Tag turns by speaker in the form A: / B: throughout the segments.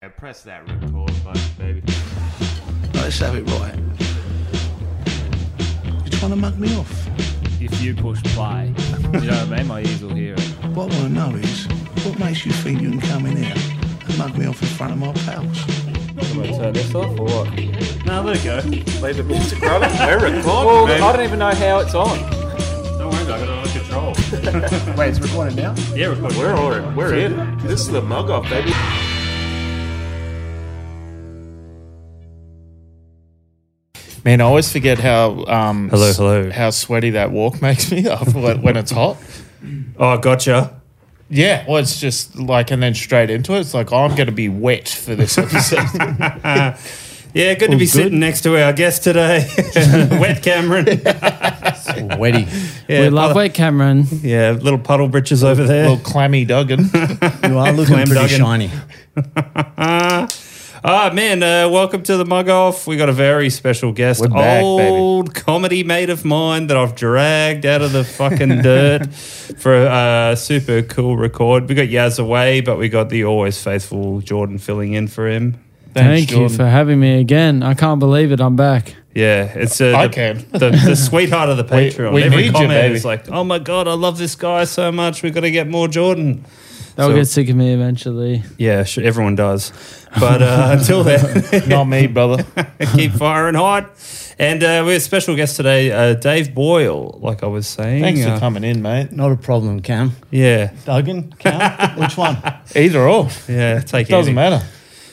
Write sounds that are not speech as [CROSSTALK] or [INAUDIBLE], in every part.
A: Yeah, press that record button, baby.
B: Let's have it right. You're trying to mug me off.
C: if you push play, you know what I mean? My ears will hear it.
B: What I want to know is, what makes you think you can come in here and mug me off in front of my pals?
D: Turn this off or what?
E: No, there you go.
D: Play the music running. We're recording. Well,
E: baby.
D: I don't even know how it's on.
E: Don't worry about it. I got control.
B: Wait, it's recorded now?
E: Yeah, record.
D: We're on. We're in. This is the mug off, baby.
F: Man, I always forget how um,
G: Hello, hello.
F: how sweaty that walk [LAUGHS] makes me after when when it's hot.
G: Oh, gotcha.
F: Yeah, well, it's just like, and then straight into it, it's like oh, I'm going to be wet for
G: [LAUGHS]
F: this episode.
G: Yeah, good to be sitting next to our guest today, [LAUGHS] Wet Cameron.
H: [LAUGHS]
F: Wetty,
G: Yeah,
C: we love
G: puddle-
C: it, Cameron.
G: Yeah, little puddle britches over there.
F: little clammy Duggan.
I: You are looking
G: Clam
I: pretty
G: Duggan.
I: shiny.
G: [LAUGHS] Ah, man, uh, welcome to the mug off. We got a very special guest,
F: We're back, baby.
G: old comedy mate of mine that I've dragged out of the fucking [LAUGHS] dirt for a uh, super cool record. We got Yaz away, but we got the always faithful Jordan filling in for him.
C: Thank you
F: Jordan.
C: for having me again. I can't believe it. I'm back.
G: Yeah, it's uh,
F: I
G: the,
F: can.
G: the,
F: [LAUGHS]
G: the sweetheart of the Patreon.
F: we
G: Every
F: need you,
G: comment
F: baby.
G: is like, "Oh my god, I love this guy so much. We've got to get more Jordan."
C: They'll
G: So-
C: get sick of me eventually.
G: Yeah, sh- everyone does. But uh, [LAUGHS] until then,
F: Not me, brother.
G: keep firing hard. And uh, we have a special guest today, uh, Dave Boyle. Like I was saying,
F: Thanks
G: Uh,
F: for coming in, mate.
I: Not a problem, Cam.
G: Yeah,
I: Duggan,
H: [LAUGHS]
I: Cam, which one?
F: Either or,
G: yeah, take it.
F: doesn't matter.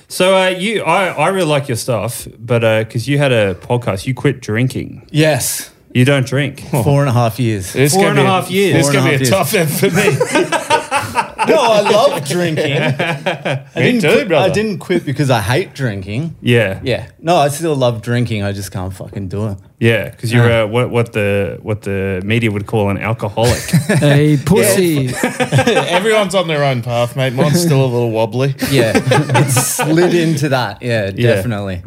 G: So uh, you, I, I really like your stuff, but because you had a podcast, you quit drinking.
I: Yes,
G: You don't
F: [LAUGHS]
G: drink.
I: four and a half years.
F: Oh. It's
G: Four
F: gonna
G: and a
F: be
G: half years.
F: It's
I: Four and a
F: going to be a
I: half
F: tough end for me.
I: [LAUGHS] No, I love [LAUGHS] drinking. I didn't
F: too,
I: quit,
F: brother.
I: I didn't quit because I hate drinking.
G: Yeah,
I: Yeah, no, I still love drinking. I just can't fucking do it.
G: Yeah, because you're
F: Uh-huh.
G: uh, what what the what the media would call
F: [LAUGHS]
G: an alcoholic.
C: Hey, pussy.
F: Everyone's on their own path, mate. Mine's still a little wobbly.
G: Oh,
I: Yeah, [LAUGHS] it slid into that. Yeah,
G: Yeah.
I: definitely.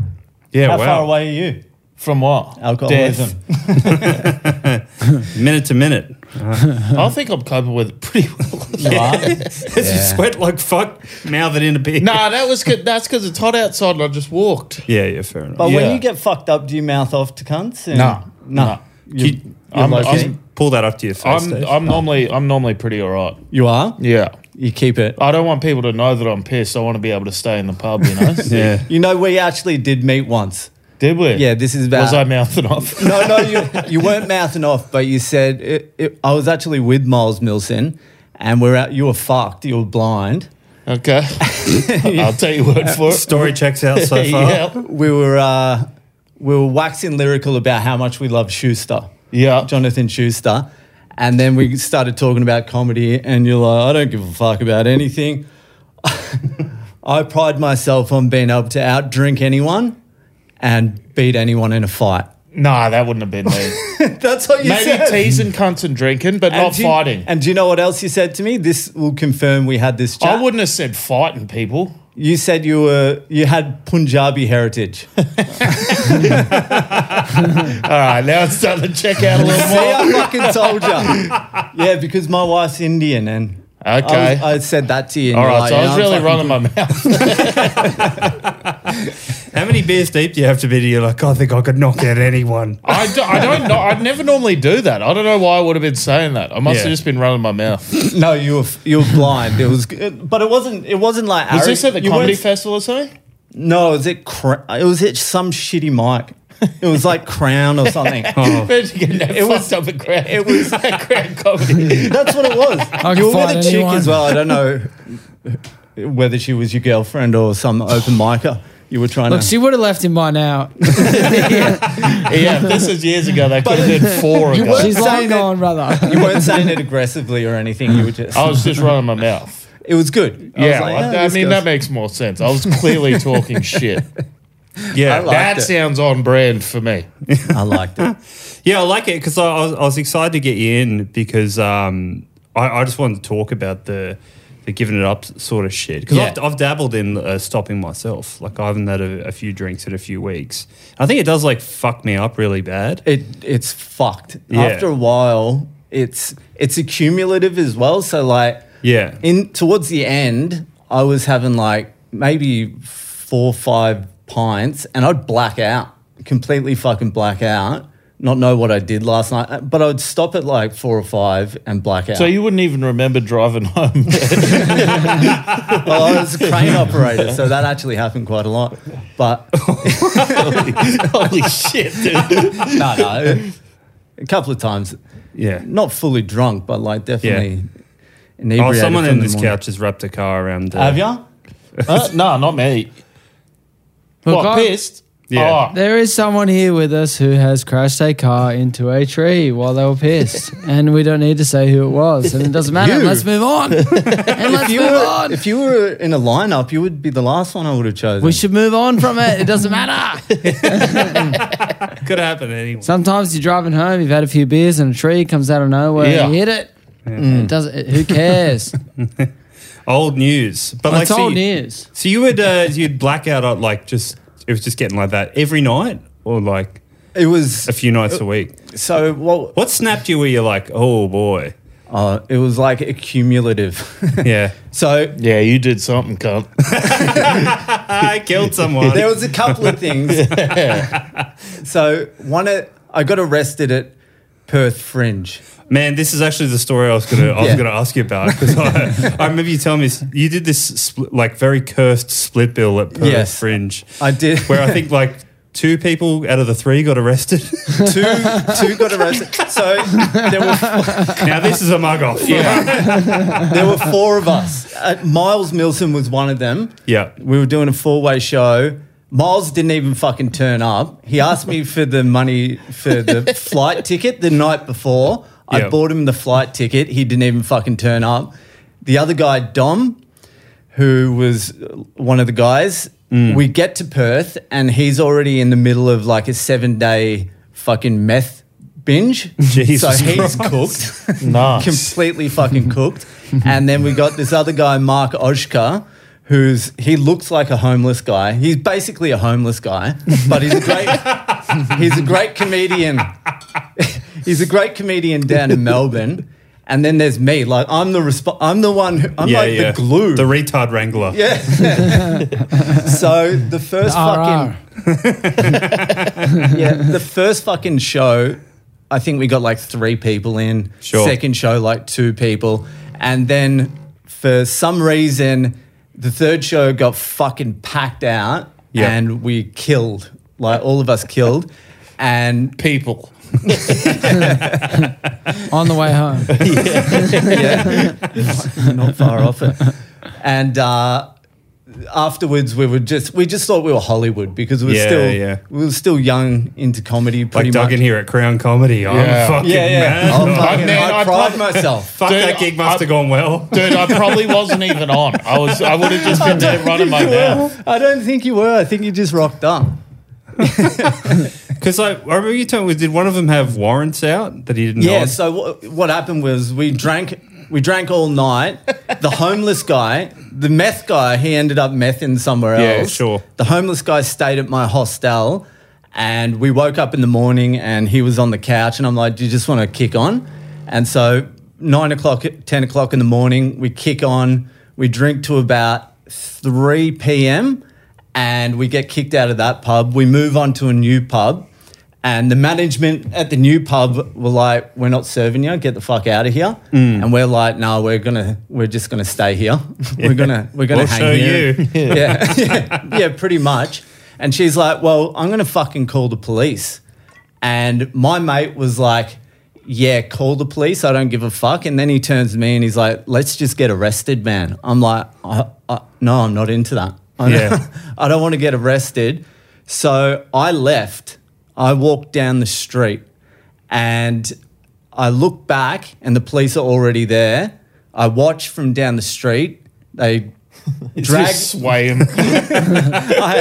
G: yeah, wow.
I: away are you?
F: From what?
I: Alcoholism.
F: Death.
G: Minute to minute,
F: I think I'm coping with it pretty well.
I: [LAUGHS]
G: As you sweat like fuck, mouth it in a
F: [LAUGHS]
G: bit.
F: nah, that was good. That's because it's hot outside and I just walked.
G: [LAUGHS] Yeah, yeah, fair enough.
J: But
F: Yeah.
J: when you get fucked up, do you mouth off to cunts? And
F: No.
J: no.
F: No.
J: You-
G: You-
F: I'm-
G: I'm-
F: okay.
G: I'm- pull that up to your face.
F: I'm
G: Dave.
F: I'm normally I'm normally pretty alright.
I: You are.
F: Yeah.
I: You keep it.
F: I don't want people to know that I'm pissed. I want to be able to stay in the pub, you
I: [LAUGHS]
F: know?
G: yeah,
I: You know, we actually did meet once.
F: Did we?
I: Yeah, this is about.
F: Was I mouthing off?
I: no, no, you, you weren't mouthing off, but you said it, it, I was actually with Miles Milson, and we're out. You were fucked. You were blind.
F: [LAUGHS] Okay.
I: [LAUGHS]
F: I'll take your word for it.
G: story checks
F: [LAUGHS]
G: out so far.
F: yeah.
I: We were uh, we were waxing lyrical about how much we love Schuster,
F: Yeah.
I: Jonathan Schuster, and then we started talking about comedy, and you're like, I don't give a fuck about anything. [LAUGHS] I pride myself on being able to outdrink anyone and beat anyone in a fight.
F: Nah, that wouldn't have been me.
I: That's what [LAUGHS] you
F: Maybe
I: said.
F: teasing cunts and drinking, but
I: And
F: not
I: do you-
F: fighting.
I: And do you know what else you said to me? This will confirm we had this chat.
F: I wouldn't have said fighting people.
I: You said you were you had Punjabi
F: [LAUGHS]
I: heritage. See,
F: All right, now it's time to check out a little more.
I: I fucking told you. Yeah, because my wife's Indian and [LAUGHS] I,
F: Okay.
I: was- I said that to you. and
F: All
I: you're
F: right,
I: like,
F: so I
I: "Yeah,
F: was
I: I'm
F: really
I: fucking-
F: running my mouth.
G: How many beers deep do you have to be? To you're like, I think I could knock
F: [LAUGHS]
G: out anyone.
F: I, do, I don't know. I'd never normally do that. I don't know why I would have been saying that. I must
G: Yeah.
F: have just been running my mouth.
I: [LAUGHS] No, you were you were blind. It was, but it wasn't. It wasn't like.
F: Was
I: arro-
F: this at the
I: you
F: comedy
I: weren't-
F: festival or [LAUGHS] something?
I: No, it was it. Cra- it was at some shitty mic. It was like Crown or something.
F: [LAUGHS] Imagine getting that
I: It was-
F: fucked up at crowd.
I: it was-
F: [LAUGHS] crowd comedy.
I: [LAUGHS] That's what it was.
C: can
I: you were
C: fight
I: with a chick
C: anyone.
I: as well. I don't know whether she was your girlfriend or some open micer. You were trying
C: Look,
I: to.
C: she would have left him by
I: [LAUGHS]
C: now.
F: yeah, if this was years ago. They could have been four
I: You
F: ago.
I: were-
C: She's like,
I: saying
C: go
I: that-
C: on, brother.
I: [LAUGHS] you weren't saying it aggressively or anything. You were just.
F: I was just running my mouth.
I: it was good.
F: yeah,
I: was like,
F: I,
I: "Yeah,
F: I
I: this
F: mean
I: girl's-"
F: that makes more sense. I was [LAUGHS] clearly talking shit.
G: Yeah,
I: I
F: That
I: liked it.
F: sounds on brand for me.
I: I liked it.
G: Yeah, I like it because I, I, was, I was excited to get you in because um, I, I just wanted to talk about the the giving it up sort of shit because I've,
I: Yeah.
G: I've dabbled in uh, stopping myself. Like I haven't had a, a few drinks in a few weeks. I think it does like fuck me up really bad.
I: It it's fucked.
G: Yeah.
I: After a while, it's it's accumulative as well. So like
G: Yeah,
I: in towards the end, I was having like maybe four or five pints and I'd black out, completely fucking black out, not know what I did last night. uh, But I would stop at like four or five and black out.
F: So you wouldn't even remember driving home.
I: well, I was a crane operator, so that actually happened quite a lot. But
F: Holy shit, dude.
I: no, no, a couple of times,
G: Yeah.
I: not fully drunk, but like definitely
G: Oh,
I: inebriated.
G: someone
I: from
G: in
I: the
G: this
I: morning.
G: couch has wrapped a car around. Uh,
I: Have you?
F: [LAUGHS] Uh, no, not me. what,
C: God-
F: pissed?
G: Yeah.
F: Oh,
H: There is someone here with us who has crashed a car into a tree while they were
I: [LAUGHS]
H: pissed, and we don't need to say who it was, and it doesn't matter.
I: You.
H: Let's move
I: [LAUGHS]
H: on, and let's move on.
I: If you were in a lineup, you would be the last one I would have chosen.
H: We should move on from it. It doesn't matter.
G: [LAUGHS] Could happen to
H: [LAUGHS]
G: anyone.
H: Sometimes you're driving home, you've had a few beers, and a tree comes out of nowhere.
F: Yeah.
H: and You hit it. It doesn't. It, who [LAUGHS] cares?
G: Old news, but like
H: it's old
G: see-
H: news.
G: So you would uh, [LAUGHS] you'd black out on like just it was just getting like that every night or like
I: It was
G: a few nights a
I: Uh,
G: week.
I: so well.
G: What snapped you where you're like, oh boy,
I: Uh, it was like accumulative.
G: [LAUGHS] yeah,
I: so
F: yeah, you did something, cunt.
G: I killed someone.
I: there was a couple
G: [LAUGHS]
I: of things. so one, of- I got arrested at Perth Fringe.
G: Man, this is actually the story I was gonna I was
I: Yeah.
G: gonna ask you about because
I: [LAUGHS]
G: I, I remember you telling me s- you did this split, like very cursed split bill at Perth
I: Yes.
G: Fringe.
I: [LAUGHS] I did.
G: [LAUGHS] where I think like two people out of the three got
I: [LAUGHS]
G: arrested.
I: Two, two got arrested. So there were
G: now this is a mug off. Yeah,
I: there were four of us. Uh, Miles Milson was one of them.
G: yeah.
I: We were doing a four way show. Miles didn't even fucking turn up. He asked me for the money for
G: [LAUGHS]
I: the flight ticket the night before. I
G: Yeah.
I: bought him the flight ticket. He didn't even fucking turn up. The other guy, Dom, who was one of the guys,
G: Mm.
I: we get to Perth and he's already in the middle of like a seven day fucking meth binge.
G: [LAUGHS] Jesus
I: so he's
G: Christ.
I: cooked [LAUGHS]
F: Nice.
I: completely fucking cooked. and then we got this other guy, Mark Oshka, who's he looks like a homeless guy. He's basically a homeless guy, but he's a great [LAUGHS] he's a great comedian. [LAUGHS] he's a great comedian down in Melbourne. And then there's me, like I'm the resp- I'm the one who, I'm
G: yeah,
I: like
G: yeah.
I: the glue.
G: the retard wrangler.
I: yeah. so the first fucking
H: RR.
G: [LAUGHS]
I: yeah, the first fucking show, I think we got like three people in.
G: Sure.
I: Second show, like two people, and then for some reason, the third show got fucking packed out,
G: Yeah.
I: and we killed. Like all of us killed, and
F: People.
H: On the way home,
I: not far
G: [LAUGHS]
I: off it. And uh, afterwards, we were just we just thought we were Hollywood because we were
G: Yeah,
I: still
G: yeah.
I: we were still young into comedy. Pretty
G: Like Doug
I: much.
G: in here at Crown Comedy. I'm
F: Yeah.
G: fucking
I: Yeah, yeah.
G: mad.
I: Oh, fucking,
F: Man,
I: I
F: I
I: pride
F: prob-
I: myself.
G: [LAUGHS] Fuck
F: Dude,
G: that gig
F: I-
G: must have gone well.
F: Dude, I probably wasn't even on. I was. I would have just been [LAUGHS] there running my mouth.
I: I don't think you were. I think you just rocked up.
G: Because like, I remember you telling me, did one of them have warrants out that he didn't
I: Yeah.
G: know?
I: So what, what happened was we drank. We drank all night. The homeless guy, the meth guy, he ended up mething somewhere
G: Yeah,
I: else.
G: sure.
I: The homeless guy stayed at my hostel, and we woke up in the morning, and he was on the couch, and I'm like, "Do you just want to kick on?" And so nine o'clock, ten o'clock in the morning, we kick on. We drink to about three p.m. and we get kicked out of that pub. We move on to a new pub. And the management at the new pub were like, "We're not serving you. Get the fuck out of here."
G: Mm.
I: And we're like, "No, we're gonna, we're just gonna stay here. [LAUGHS] We're gonna, we're gonna
G: We'll
I: hang
G: show
I: here."
G: you.
I: Yeah. [LAUGHS] yeah, yeah, pretty much. And she's like, "Well, I'm gonna fucking call the police." And my mate was like, "Yeah, call the police. I don't give a fuck." And then he turns to me and he's like, "Let's just get arrested, man." I'm like, I, I, "No, I'm not into that. I don't-
G: Yeah.
I: [LAUGHS] I don't want to get arrested." So I left. I walked down the street, and I look back, and the police are already there. I watch from down the street. They drag
F: Just sway [LAUGHS] him.
I: I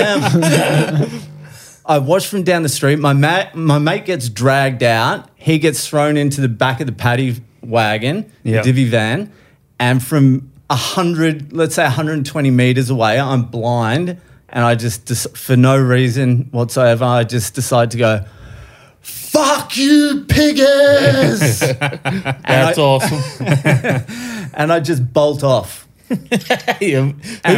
I: am. [LAUGHS] I watch from down the street. My mate, my mate gets dragged out. He gets thrown into the back of the paddy wagon,
G: Yeah.
I: the divvy van, and from hundred, let's say 120 meters away, I'm blind, and I just, dec- for no reason whatsoever, I just decide to go. Fuck you,
G: [LAUGHS]
I: piggies!
F: [LAUGHS] That's awesome.
I: and I just bolt off.
F: [LAUGHS] Who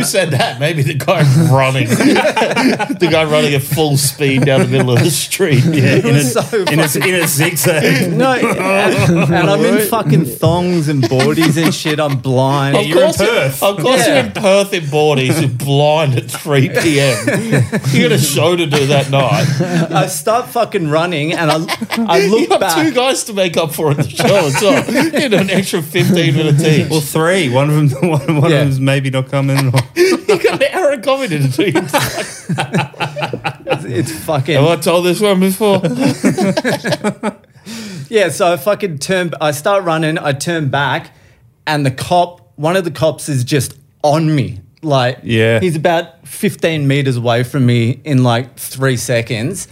F: said that? Maybe the guy running. [LAUGHS] the guy running at full speed down the middle of the street. [LAUGHS] Yeah.
G: [LAUGHS] in,
I: [LAUGHS]
G: a, in, a, [LAUGHS] in
F: [LAUGHS]
G: a zigzag.
I: No, and, and I'm
G: [LAUGHS]
I: in fucking thongs and boardies and shit. I'm blind.
F: Of course, Perth. of course you're in Perth in boardies, you're blind at 3
H: [LAUGHS]
F: p.m. you got a show to do that night.
I: I start fucking running and I, I
F: [LAUGHS] you
I: look
F: got
I: back.
F: two guys to make up for in the show as well. You know, an extra 15 minutes [LAUGHS] each.
G: Well, three. One of them. [LAUGHS] One, one
I: Yeah.
G: of them's maybe not coming. Or, [LAUGHS]
F: you got an hour of comedy to do. Have
I: It's fucking
F: I told this one before?
I: yeah. So I fucking turn. I start running. I turn back, and the cop. One of the cops is just on me. Like
G: Yeah.
I: he's about 15 meters away from me in like three seconds.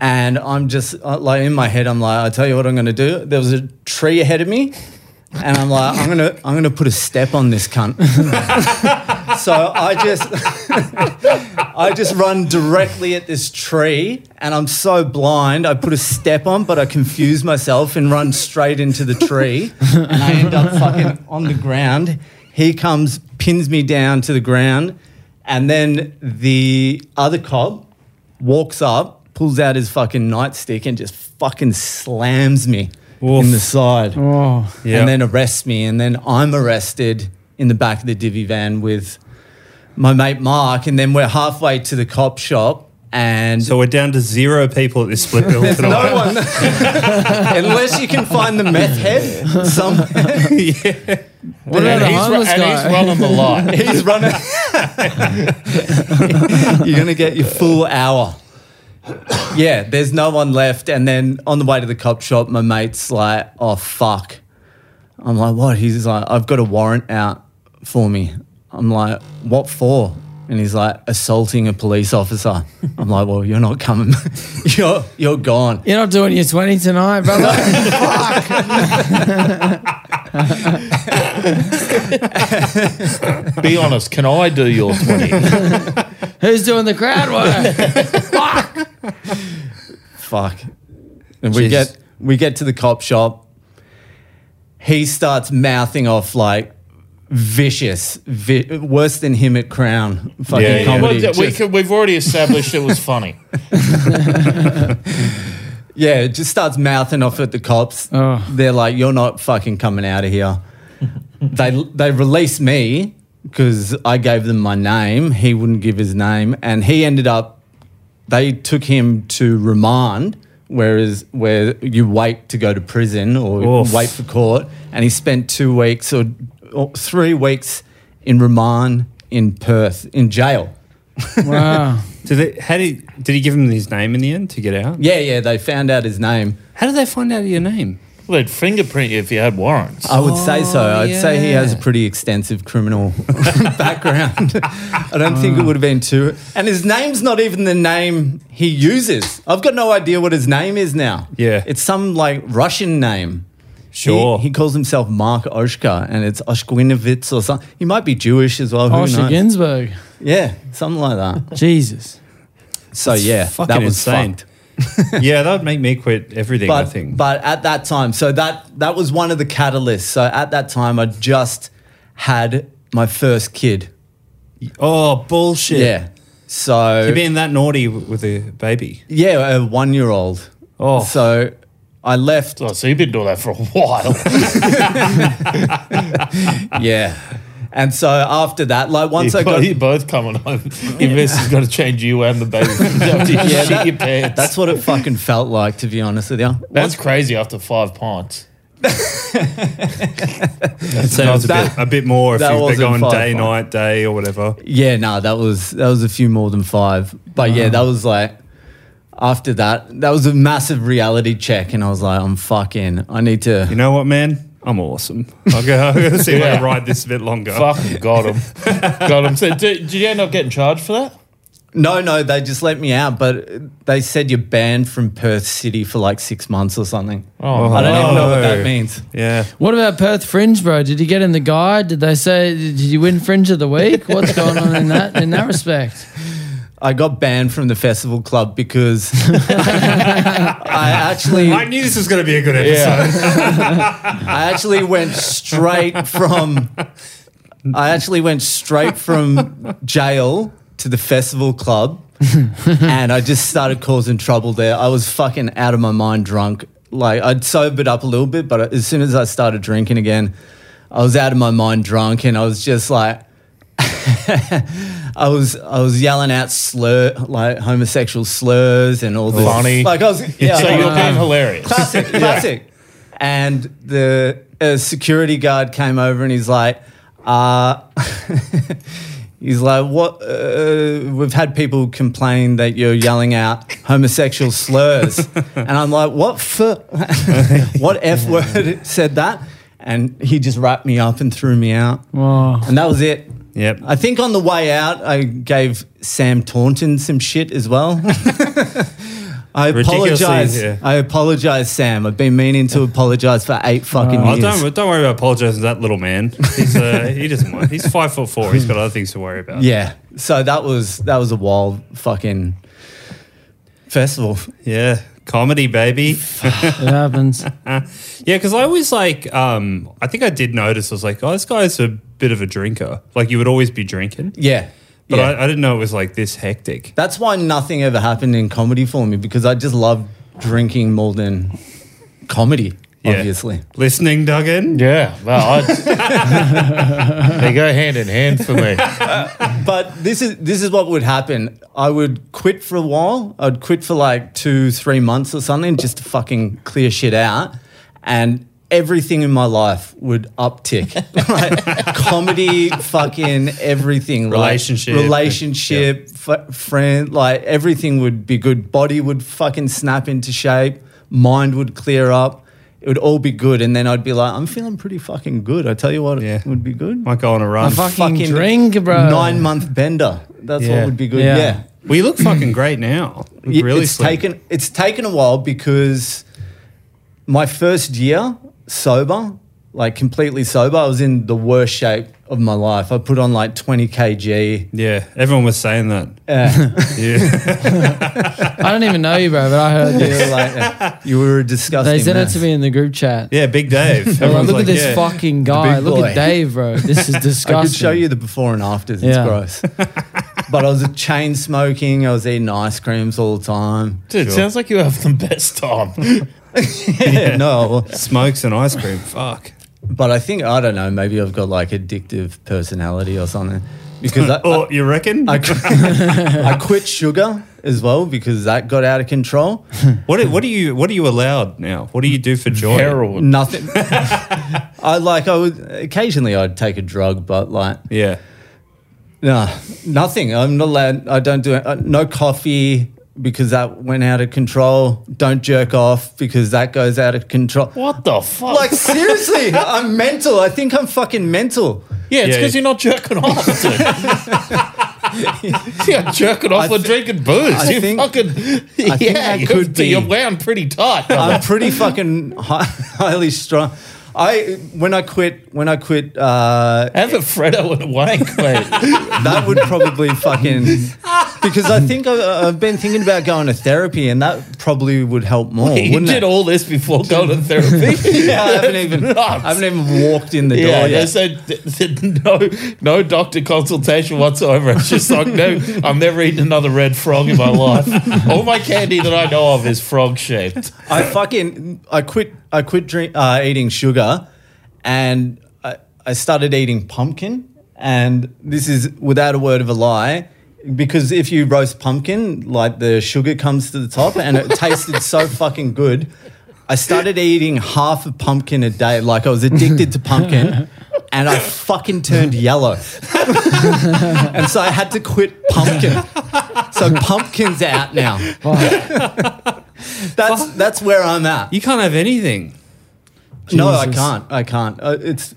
I: And I'm just uh, like in my head, I'm like, I tell you what I'm gonna do. There was a tree ahead of me, and I'm like, I'm gonna, I'm gonna put a step on this cunt. [LAUGHS] so I just, I just run directly at this tree, and I'm so blind. I put a step on, but I confuse myself and run straight into the tree, and I end up fucking on the ground. He comes, pins me down to the ground, and then the other cop walks up, pulls out his fucking nightstick, and just fucking slams me
G: Oof.
I: in the side
H: [LAUGHS] Oh,
G: yeah.
I: and then arrest me. And then I'm arrested in the back of the divvy van with my mate Mark. And then we're halfway to the cop shop. And
G: so we're down to zero people at this split bill
I: there's
G: tonight.
I: [LAUGHS]
G: [LAUGHS]
I: no one, unless you can find the meth
G: [LAUGHS]
I: head somewhere.
H: what about
F: and,
H: the
F: he's, ru-
H: homeless
F: and
H: guy?
F: he's running the light.
I: He's running. [LAUGHS] You're going to get your full hour. Yeah, there's no one left. And then on the way to the cop shop, my mate's like, oh, fuck. I'm like, what? He's like, I've got a warrant out for me. I'm like, what for? And he's like, assaulting a police officer. I'm like, well, you're not coming. [LAUGHS] you're, you're gone.
H: You're not doing your 20 tonight, brother. [LAUGHS]
F: Be honest, can I do
H: [LAUGHS]
F: your 20?
H: Who's doing the crowd work?
I: fuck. And we
G: Jeez.
I: get we get to the cop shop. He starts mouthing off like vicious, vi- worse than him at Crown fucking
G: Yeah, yeah.
I: comedy.
F: Well, we
I: Just-
F: can, we've already established it was funny. [LAUGHS]
I: yeah, it just starts mouthing off at the cops.
H: Oh.
I: They're like, "You're not fucking coming out of here." they they release me because I gave them my name. He wouldn't give his name, and he ended up. They took him to remand, whereas where you wait to go to prison or
G: Oof.
I: wait for court, and he spent two weeks or, or three weeks in remand in Perth in jail.
H: wow.
G: Did they, how did, did he give him his name in the end to get out?
I: Yeah, yeah, they found out his name.
G: How did they find out your name?
F: Well, they'd fingerprint you if you had warrants.
I: I would say so. I'd say he has a
G: Oh, yeah.
I: pretty extensive criminal [LAUGHS] background. I don't think
G: Uh.
I: it would have been too. And his name's not even the name he uses. I've got no idea what his name is now.
G: Yeah.
I: It's some like Russian name. He-
G: Sure.
I: He, calls himself Mark Oshka and it's Oshkinovitz or something. He might be Jewish as well. Who
H: Osher
I: knows?
H: Ginsburg.
I: Yeah, something like that.
H: Jesus.
I: So, yeah,
G: fucking
I: that was
G: insane.
I: fucked.
G: [LAUGHS] yeah, that would make me quit everything. I
I: but,
G: think.
I: but at that time, so that that was one of the catalysts. So at that time, I just had my first kid.
G: oh bullshit!
I: Yeah.
G: You're
I: So
G: being that naughty w- with a baby.
I: yeah, a one year old.
G: Oh.
I: So I
G: [LAUGHS]
I: left.
F: Oh, so you've been doing that for a [LAUGHS] while.
I: yeah. And so after that, like once I
F: you,
I: got
F: you both coming home. Your missus got to change you and the baby. [LAUGHS]
G: [LAUGHS]
F: You shit
I: that-
F: your pants.
I: that's what it fucking felt like to be honest with you.
F: That's crazy after five pints.
G: That sounds a,
I: that-
G: bit, a bit more if
I: that
G: you've been
I: wasn't
G: going
I: five,
G: day,
I: five.
G: night, day, or whatever.
I: Yeah, no, that was that was a few more than five. But yeah, that was like after that, that was a massive reality check and I was like, I'm fucking I need to
G: You know what, man? I'm awesome. I'll go, I'll go see if I can ride this a bit longer.
F: Fucking got him. got him. So, do- did you end up getting charged for that?
I: No, no, they just let me out, but they said you're banned from Perth City for like six months or something.
F: Oh,
I: I don't even know what that
G: no.
I: means.
G: Yeah.
H: What about Perth Fringe, bro? Did you get in the guide? Did they say did you win Fringe of the Week? What's going on in that in that respect?
I: I got banned from the festival
G: [LAUGHS]
I: club because [LAUGHS] I actually
G: I knew this was going to be a good episode.
F: yeah.
I: I actually went straight from I actually went straight from jail to the festival club and I just started causing trouble there. I was fucking out of my mind drunk. Like I'd sobered up a little bit, but as soon as I started drinking again, I was out of my mind drunk and I was just like [LAUGHS] I was I was yelling out slur like homosexual slurs and all this
F: Funny.
I: Like I was yeah,
F: so you're being hilarious.
I: classic, classic. And the uh, security guard came over and he's like, uh, [LAUGHS] he's like, what? Uh, we've had people complain that you're yelling out homosexual slurs, and I'm like, what? F- what f [LAUGHS] word said that? And he just wrapped me up and threw me out,
H: Wow.
I: and that was it.
G: Yep.
I: I think on the way out, I gave Sam Taunton some shit as well. [LAUGHS] I
G: Ridiculously,
I: apologize.
G: yeah.
I: I apologize, Sam. I've been meaning to apologize for eight fucking
G: Oh,
I: years.
G: don't, don't worry about apologising to that little man. He's, uh, [LAUGHS] he doesn't mind. He's five foot four. He's got other things to worry about.
I: yeah. So that was that was a wild fucking festival.
G: Yeah. Comedy, baby.
H: It happens.
G: Yeah, because I always like, um, I think I did notice, I was like, oh, this guy's a bit of a drinker. Like, you would always be drinking.
I: Yeah.
G: But
I: yeah.
G: I, I didn't know it was like this hectic.
I: That's why nothing ever happened in comedy for me because I just love drinking more than comedy.
G: Yeah.
I: Obviously.
G: Listening, Duggan?
F: Yeah, well, I, [LAUGHS] they go hand in hand for me.
I: But this is this is what would happen. I would quit for a while. I'd quit for like two, three months or something, just to fucking clear shit out. And everything in my life would uptick, [LAUGHS] like comedy, fucking everything, like
G: Relationship.
I: relationship, f- friend, like everything would be good. Body would fucking snap into shape. Mind would clear up. It would all be good, and then I'd be like, I'm feeling pretty fucking good. I tell you what,
G: Yeah.
I: it would be good
G: Might go on a run.
H: fuck- Fucking drink, bro.
I: nine month bender. That's
G: Yeah.
I: what would be good.
H: Yeah.
I: Yeah,
G: we look fucking great now. Look
I: Y-
G: really
I: It's
G: slim.
I: taken it's taken a while because my first year sober, like completely sober, I was in the worst shape of my life. I put on like twenty
H: [LAUGHS]
I: kg.
G: Yeah, everyone was saying that. Yeah.
H: I don't even know you, bro, but I heard [LAUGHS]
I: You
H: you.
I: were, like, uh, you were a disgusting.
H: They sent it
I: mess.
H: to me in the group chat.
G: yeah, Big Dave.
H: They're like,
G: Everyone's
H: look [LAUGHS] at this
G: yeah.
H: fucking guy.
I: big
H: Look
I: boy."
H: at Dave,
I: [LAUGHS]
H: bro. This is disgusting.
I: I could show you the before and afters. It's
H: Yeah.
I: gross.
H: [LAUGHS]
I: but I was chain smoking. I was eating ice creams all the time. [LAUGHS]
F: Dude, it sounds like you have the best time.
I: [LAUGHS] no,
G: Smokes and ice cream. Fuck.
I: But I think I don't know. Maybe I've got like addictive personality or something
G: [LAUGHS]
I: because I,
G: Oh, you reckon?
I: I, [LAUGHS] I, I quit sugar as well because that got out of control.
G: what, do- what do you What are you allowed now? What do you do for joy?
F: Heroin.
I: Nothing. I like. I would occasionally I'd take a drug, but like
G: Yeah.
I: no, nothing. I'm not allowed. I don't do it. Uh, no coffee because that went out of control. Don't jerk off because that goes out of control.
F: What the fuck?
I: Like seriously, [LAUGHS] I'm mental. I think I'm fucking mental.
F: yeah, it's
G: Yeah.
F: because you're not jerking off. [LAUGHS] Dude. yeah, jerking off
I: I
F: and
I: thi-
F: drinking booze.
I: I
F: you
I: think-
F: fucking yeah,
I: I
F: you
I: could
F: could
I: be.
F: be. You're wound pretty tight.
I: I'm pretty fucking high, highly strong. I when I quit when I quit uh,
F: have a Freddo and a
I: [LAUGHS]
F: wank, mate.
I: that would probably fucking because I think I, I've been thinking about going to therapy and that probably would help more.
F: you
I: wouldn't
F: did
I: it?
F: all this before going to therapy.
I: [LAUGHS] yeah, I haven't even I
F: Nuts.
I: haven't even walked in the
F: [LAUGHS]
I: door
F: Yeah, they
I: yet.
F: said th- th- no, no doctor consultation whatsoever. It's just like no, I'm never eating another red frog in my
I: [LAUGHS]
F: life. All my candy that I know of is frog shaped.
I: I fucking I quit I quit drink uh, eating sugar, and I, I started eating pumpkin. And this is without a word of a lie, because if you roast pumpkin, like the sugar comes to the top, and it tasted so fucking good. I started eating half a pumpkin a day, like I was addicted
G: [LAUGHS]
I: to pumpkin, and I fucking turned yellow. [LAUGHS] and so I had to quit pumpkin. So pumpkin's out now. That's that's where I'm at.
G: You can't have anything.
I: No, I
H: Jesus.
I: can't. I can't. Uh, it's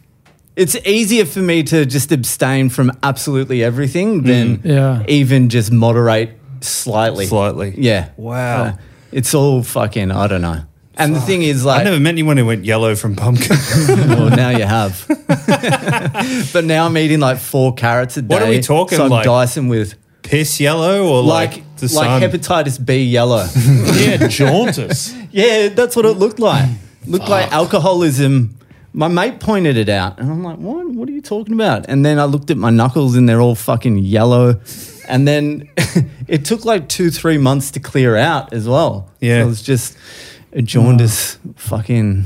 I: it's easier for me to just abstain from absolutely everything than
H: Yeah.
I: even just moderate slightly.
G: Mm. Slightly.
I: Yeah.
G: Wow.
I: Uh, it's all fucking. I don't know. And the thing is, like,
G: I
I: [LAUGHS]
G: never met anyone who went yellow from pumpkin. [LAUGHS]
I: well, now you have. but now I'm eating like four carrots a day.
G: What are we talking,
I: So I'm
G: like,
I: dicing with
G: Piss yellow or like,
I: like
G: the sun? [LAUGHS]
I: like hepatitis B yellow.
F: Yeah, jauntus. Ah.
I: yeah, that's what it looked like. Looked like alcoholism My mate pointed it out, and I'm like, "What? What are you talking about?" And then I looked at my knuckles, and they're all fucking yellow. And then [LAUGHS] it took like two, three months to clear out as well.
G: Yeah.
I: so it was just a jaundiced fucking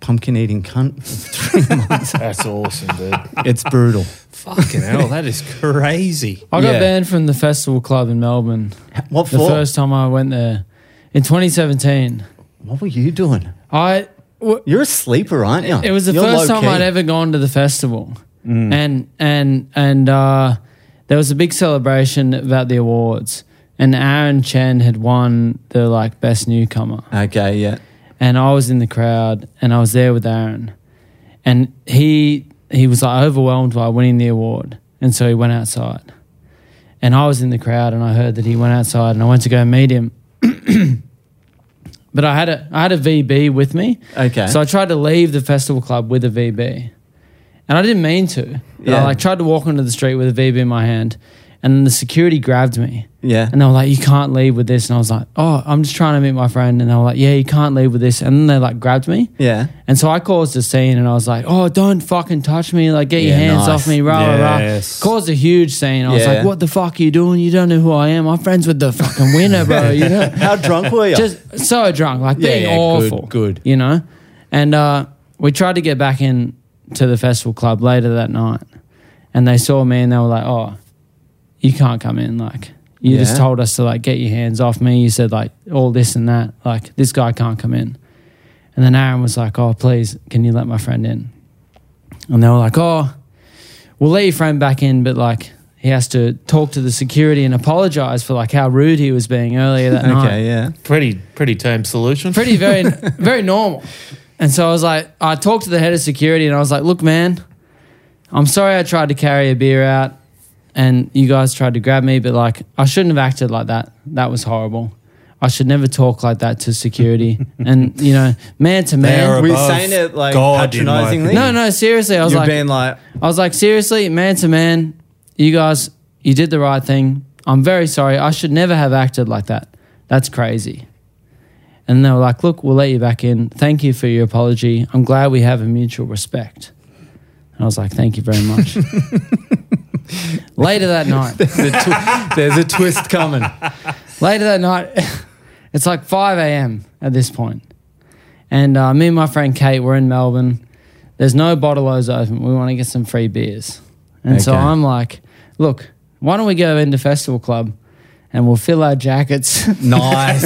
I: pumpkin eating cunt. for [LAUGHS] three months.
F: That's awesome, dude.
I: it's brutal.
G: Fucking hell, that is crazy.
H: I got
I: Yeah.
H: banned from the festival club in Melbourne
I: What
H: the
I: for?
H: first time I went there in 2017.
I: What were you doing?
H: I w-
I: You're a sleeper, aren't you?
H: it was the
I: You're
H: first time
I: low-key. Mm.
H: I'd ever gone to the festival, and and and uh, there was a big celebration about the awards, and Aaron Chen had won the like best newcomer,
I: Okay, yeah.
H: and I was in the crowd, and I was there with Aaron, and he he was like overwhelmed by winning the award, and so he went outside, and I was in the crowd, and I heard that he went outside, and I went to go meet him. [CLEARS THROAT] But I had a I had a VB with me,
I: Okay.
H: so I tried to leave the festival club with a VB. And I didn't mean to. But I
I: Yeah.
H: like tried to walk onto the street with a VB in my hand. And then the security grabbed me.
I: yeah.
H: And they were like, You can't leave with this. And I was like, Oh, I'm just trying to meet my friend. And they were like, Yeah, you can't leave with this. And then they like grabbed me.
I: yeah.
H: And so I caused a scene and I was like, oh, don't fucking touch me. Like, get your
I: Yeah,
H: hands
I: nice.
H: off me, rah, rah,
G: Yes.
H: rah. Caused a huge scene. I was
I: Yeah.
H: like, what the fuck are you doing? You don't know who I am. I'm friends with the fucking winner, bro. You
I: [LAUGHS]
H: know?
I: How drunk were you?
H: just so drunk, like
I: Yeah,
H: being
I: yeah, good,
H: awful.
I: good.
H: you know. And uh, we tried to get back in to the festival club later that night, and they saw me and they were like, "Oh, you can't come in. Like, you just
I: Yeah.
H: told us to like get your hands off me. You said like all this and that. Like, this guy can't come in." And then Aaron was like, "Oh, please, can you let my friend in?" And they were like, "Oh, we'll let your friend back in, but like." He has to talk to the security and apologize for like how rude he was being earlier that night
I: [LAUGHS] okay, yeah.
F: Pretty, pretty tame solution.
H: pretty very [LAUGHS] very normal. And so I was like, I talked to the head of security and I was like, look, man, I'm sorry I tried to carry a beer out and you guys tried to grab me, but like I shouldn't have acted like that. That was horrible. I should never talk like that to security. [LAUGHS] and you know, man to
G: They are
H: man.
I: Were you
G: above
I: saying it like
G: God, in my
I: patronizingly?
G: opinion.
H: No, no, seriously, I was
I: You're
H: like,
I: being like,
H: I was like, seriously, man to man, you guys, you did the right thing. I'm very sorry. I should never have acted like that. That's crazy. And they were like, look, we'll let you back in. Thank you for your apology. I'm glad we have a mutual respect. And I was like, thank you very much. later that night,
I: there's a, tw- [LAUGHS] there's a twist coming.
H: later that night, [LAUGHS] it's like 5 a.m. at this point. And uh, me and my friend Kate, we're in Melbourne. There's no bottle-os open. We want to get some free beers. And so
I: Okay.
H: I'm like, look, why don't we go into Festival Club and we'll fill our jackets. [LAUGHS]
I: [LAUGHS] Nice.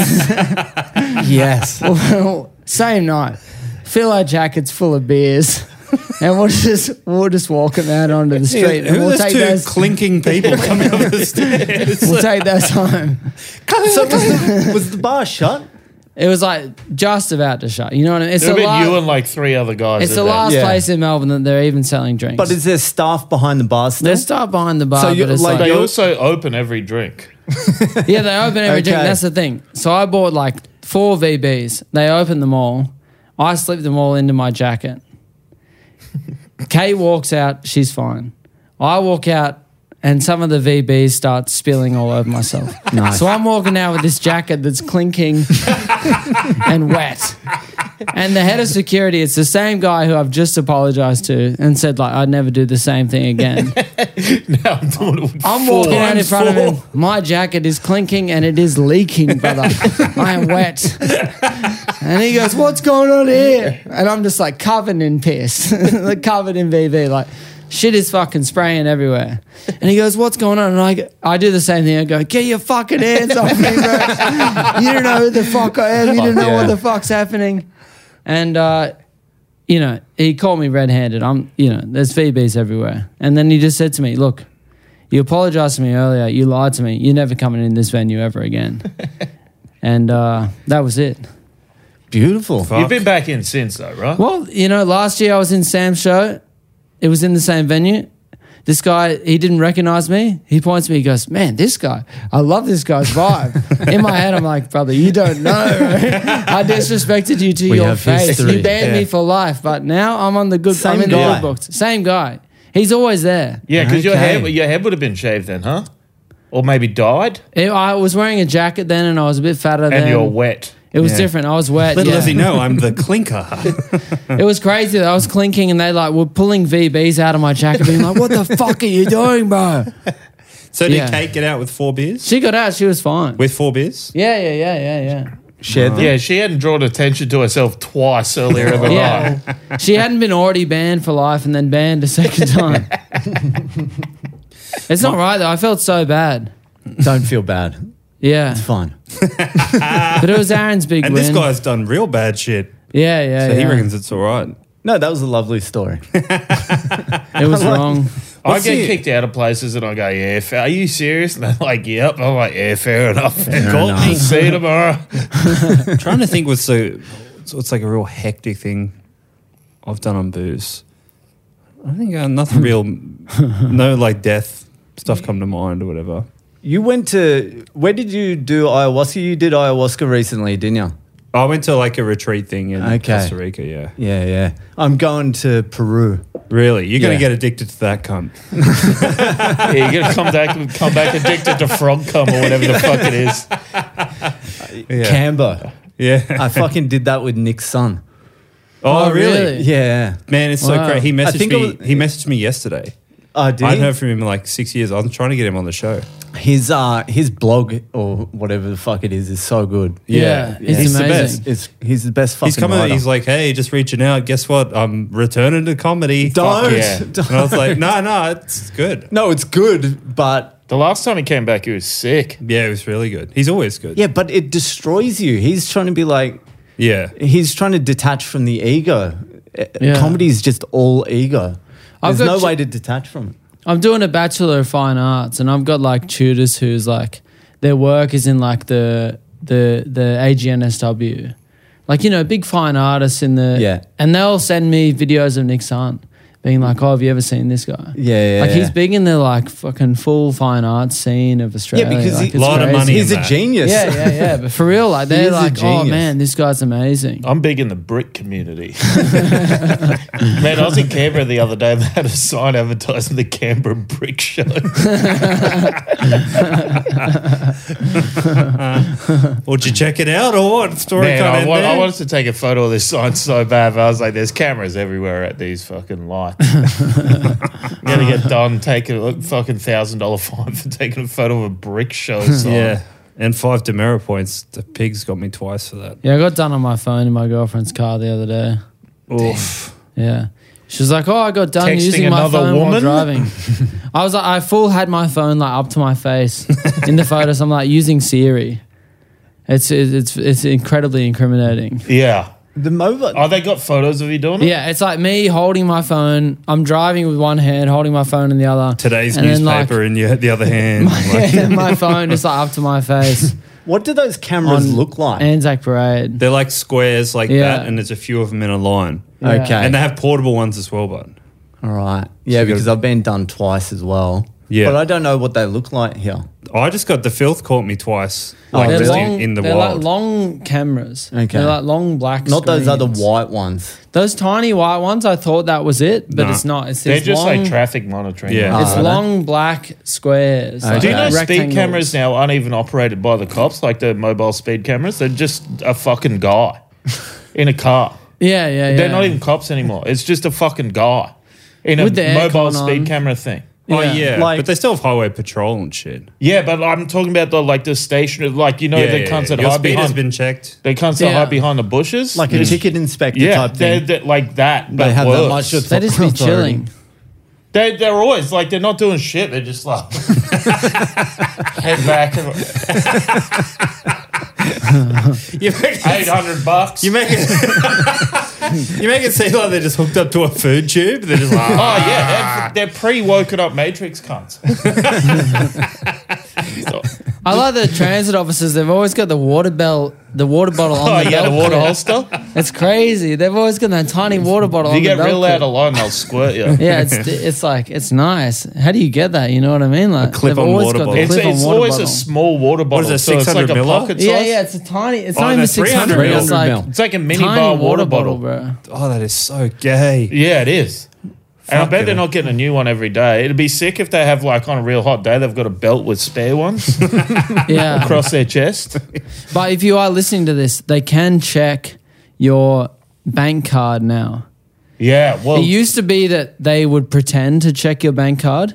I: yes.
H: well, [LAUGHS] same night, fill our jackets full of beers. [LAUGHS] And we'll just we'll just walk them out onto the street, and
G: Who are
H: we'll
G: those
H: take
G: two
H: those
G: clinking people coming
H: [LAUGHS]
G: up the stairs?
H: we'll take those home.
I: So was the, was the bar shut?
H: It was like just about to shut. You know what I mean? It's
F: There have
H: a
F: been
H: lot.
F: you and like three other guys.
H: It's
F: at
H: the
F: that.
H: last
I: Yeah.
H: place in Melbourne that they're even selling drinks.
I: But is there staff behind the bar still?
H: Let's start behind the bar.
I: So
H: but
I: you-
H: it's
I: like-
H: like,
F: They also open every drink. [LAUGHS]
H: [LAUGHS] yeah, they open every drink.
I: Okay.
H: That's the thing. So I bought like four VBs. They opened them all. I slipped them all into my jacket. Kay walks out. She's fine. I walk out. And some of the VBs start spilling all over myself. So I'm walking out with this jacket that's clinking and wet. And the head of security, it's the same guy who I've just apologized to and said, like, I'd never do the same thing again.
F: Now I'm doing it with
H: I'm
F: four.
H: walking out in
F: Times
H: front
F: four.
H: of him. My jacket is clinking and it is leaking, [LAUGHS] brother. I am wet. And he goes, What's going on here? And I'm just like covered in piss, [LAUGHS] like covered in VV. Like shit is fucking spraying everywhere. And he goes, What's going on? And I, go, I do the same thing. I go, Get your fucking hands off me, bro. You don't know who the fuck I am. You don't know what the fuck's happening. And, uh, you know, he caught me red handed. I'm, you know, there's VBs everywhere. And then he just said to me, Look, you apologized to me earlier. You lied to me. You're never coming in this venue ever again. [LAUGHS] and uh, that was it.
I: Beautiful.
F: You've been back in since though, right?
H: Well, you know, last year I was in Sam's show. It was in the same venue. This guy, he didn't recognize me. He points to me. He goes, "Man, this guy. I love this guy's vibe." in my head, I'm like, "Brother, you don't know. I disrespected you to
I: We
H: your
I: have
H: face.
I: history.
H: You banned me for life." But now I'm on the good.
I: Same
H: I'm in the
I: guy.
H: good books. Same guy. He's always there.
F: Yeah, because your
I: Okay.
F: hair your head would have been shaved then, huh? Or maybe dyed,
H: It- I was wearing a jacket then, and I was a bit fatter
F: and
H: then.
F: you're wet.
H: It was
G: Yeah.
H: different. I was wet.
G: Little
H: yeah.
G: does he know, I'm the clinker.
H: It was crazy. I was clinking, and they like were pulling VBs out of my jacket, being like, "What the fuck are you doing, bro?"
G: So did
H: Yeah.
G: Kate get out with four beers?
H: She got out. She was fine.
G: With four beers?
H: yeah, yeah, yeah, yeah, yeah.
I: Shared them.
F: Yeah, she hadn't drawn attention to herself twice earlier in the night.
H: Yeah. [LAUGHS] she hadn't been already banned for life and then banned a second
G: [LAUGHS]
H: time. it's not right though. I felt so bad.
I: Don't feel bad.
H: Yeah.
I: Fine.
H: But it was Aaron's big
G: [LAUGHS] And
H: win.
G: this guy's done real bad shit.
H: yeah, yeah.
G: So he
H: yeah.
G: reckons it's all right.
I: No, that was a lovely [LAUGHS] story.
H: it
G: [LAUGHS]
H: was wrong.
F: I
G: What's
F: get
G: the-
F: kicked out of places and I go, yeah, fa- are you serious? [LAUGHS] And they're like, yep. I'm like, yeah, fair enough. Call me. See you tomorrow.
G: I'm trying to think what's so what's like a real hectic thing I've done on booze. I think uh, nothing
I: [LAUGHS]
G: real, no like death stuff come to mind or whatever.
I: You went to where did you do ayahuasca? You did ayahuasca recently, didn't you?
G: I went to like a retreat thing in
I: Okay.
G: Costa Rica. Yeah,
I: Yeah, yeah. I'm going to Peru.
G: really, you're gonna
I: Yeah.
G: get addicted to that cunt. [LAUGHS]
F: yeah, you're going to come back, come back addicted to frog cum or whatever the fuck it is.
G: Yeah.
I: Cambo.
G: yeah.
I: I fucking did that with Nick's son.
G: Oh,
H: Oh,
G: really?
H: really?
I: Yeah.
G: Man, it's
H: Wow.
G: so great. He
I: I
G: messaged
I: think
G: me.
I: it was-
G: he messaged me yesterday.
I: I did.
G: I
I: I
G: hadn't heard from him in like six years. I was trying to get him on the show.
I: his uh his blog or whatever the fuck it is is so good.
H: Yeah,
G: Yeah.
H: it's
G: He's the
H: amazing.
G: best.
I: It's he's the best fucking
G: He's coming.
I: writer.
G: He's like, "Hey, just reaching out. Guess what? I'm returning to comedy."
I: Don't.
G: Fuck yeah.
I: [LAUGHS] Don't.
G: And I was like, "No, no, it's good."
I: no, it's good, but
F: The last time he came back, he was sick.
G: Yeah, it was really good. He's always good.
I: yeah, but it destroys you. He's trying to be like
G: Yeah.
I: he's trying to detach from the ego. Eh,
H: Yeah.
I: Comedy is just all ego.
H: I've
I: There's
H: got
I: no
H: to-
I: way to detach from it.
H: I'm doing a Bachelor of Fine Arts, and I've got like tutors who's like their work is in like the the the AGNSW, like you know big fine artists in the
I: Yeah.
H: and they'll send me videos of Nick Sun being like, oh, have you ever seen this guy?
I: Yeah, yeah,
H: like he's
I: yeah.
H: big in the like fucking full fine arts scene of Australia.
I: Yeah, because
H: like,
I: he,
H: it's
G: Lot of
H: crazy.
G: money.
I: He's
G: in
I: a
G: that.
I: genius.
H: Yeah, yeah, yeah. But for real, like
I: is
H: they're
I: a
H: like, oh
I: genius.
H: man, this guy's amazing.
F: I'm big in the brick community. [LAUGHS] Man, I was in Canberra the other day and they had a sign advertising the Canberra Brick Show.
G: Would you check it out or what? Story
F: Man,
G: can't
F: I,
G: end
F: want, I
G: there.
F: wanted to take a photo of this sign so bad, but I was like, there's cameras everywhere at these fucking lights.
G: [LAUGHS]
F: I'm going to get done taking a fucking $1,000 fine for taking a photo of a brick show sign.
G: [LAUGHS] Yeah. And five demerit points. The pigs got me twice for that.
H: Yeah, I got done on my phone in my girlfriend's car the other day.
G: Oof.
H: Yeah. She was like, "Oh, I got done
F: Texting
H: using my
F: another
H: phone while
F: woman?
G: [LAUGHS]
H: driving." I was like, I full had my phone like up to my face in the photos. I'm like using Siri. It's it's it's incredibly incriminating.
F: Yeah.
I: [LAUGHS] The mobile.
F: Oh, they got photos of you doing it?
H: Yeah, it's like me holding my phone. I'm driving with one hand, holding my phone in the other.
G: Today's
H: And then, like-
G: newspaper in your,
H: [LAUGHS]
G: the other hand. Like, [LAUGHS]
H: Yeah, my phone is like up to my face.
I: What do those cameras
H: On
I: look like?
H: Anzac Parade.
G: they're like squares like
H: Yeah.
G: that, and there's a few of them in a line.
H: Yeah.
I: Okay.
G: And they have portable ones as well, but
I: All right. Yeah, because I've been done twice as well.
G: Yeah.
I: But I don't know what they look like here.
G: I just got the filth caught me twice.
I: Oh,
G: Like
H: They're
G: just
I: really?
G: in, in the
H: they're
G: wild.
H: like long cameras.
I: Okay.
H: They're like long black.
I: Not those other
H: screens.
I: white ones.
H: Those tiny white ones. I thought that was it, but
G: No.
H: it's not. It's
F: They're
H: these
F: just
H: long,
F: like traffic monitoring.
G: Yeah.
H: It's
I: are they?
H: long black squares. like uh,
F: Do you know speed
H: rectangles.
F: cameras now aren't even operated by the cops, like the mobile speed cameras? They're just a
H: [LAUGHS]
F: fucking guy in a car.
H: Yeah, yeah, yeah.
F: They're not even cops anymore. It's just a fucking guy in
H: With the
F: a mobile
H: aircon
F: speed
H: on.
F: camera thing.
G: oh, yeah.
I: Like-
G: but they still have highway patrol and shit.
F: Yeah, but I'm talking about the like the stationary, like
H: Oh,
F: you know
G: yeah,
F: the
G: yeah,
F: cunts
G: yeah.
F: that
G: Your
F: hide
G: speed has
F: behind,
G: been checked.
F: they cunts that
H: Yeah.
F: hide behind the bushes,
I: Like a
F: It's-
I: ticket inspector
F: Yeah,
I: type
F: they're,
I: thing.
F: they're like that. But
I: They have that
F: worse.
I: much authority.
H: They
I: [LAUGHS]
H: just be chilling.
F: They, they're always like they're not doing shit. They're just
G: [LAUGHS]
F: like head
H: [LAUGHS]
F: back and
G: You
F: [LAUGHS]
G: make,
F: eight hundred bucks.
G: you make it. you make it seem like they're just hooked up to a food tube. They're
H: [LAUGHS]
G: just like,
F: Oh
H: Ah.
F: yeah, they're, they're pre-woken up Matrix cunts. [LAUGHS]
H: I like the transit officers. They've always got the water bell, the water bottle on
F: Oh
H: the
F: yeah, the
H: belt
F: water
H: clip.
F: holster.
H: [LAUGHS] It's crazy. They've always got that tiny water bottle.
F: If you
H: on
F: get
H: the belt
F: real loud
H: clip.
F: alone, they'll squirt you.
H: Yeah, it's it's like it's nice. How do you get that? You know what I mean? Like
G: clip-on
H: they've always
G: water
H: got
G: bottle.
H: the
F: It's,
H: clip on
F: it's
H: water
F: always
H: bottle.
F: a small water bottle.
G: is it,
F: so it's like
G: 600
F: a
G: mil?
F: pocket size.
H: yeah, yeah. It's a tiny. It's
G: Oh,
H: not
G: no,
H: even six
G: 300
H: hundred. It's
G: mil.
H: like
F: It's like a mini
H: tiny
F: bar water bottle.
H: bro.
G: oh, that is so gay.
F: Yeah, it is. And I
G: Fuck
F: bet
G: it.
F: they're not getting a new one every day. It'd be sick if they have like on a real hot day they've got a belt with spare ones
H: [LAUGHS] Yeah.
F: across their
G: [LAUGHS]
F: chest.
H: But if you are listening to this, they can check your bank card now.
F: Yeah, well,
H: It used to be that they would pretend to check your bank card.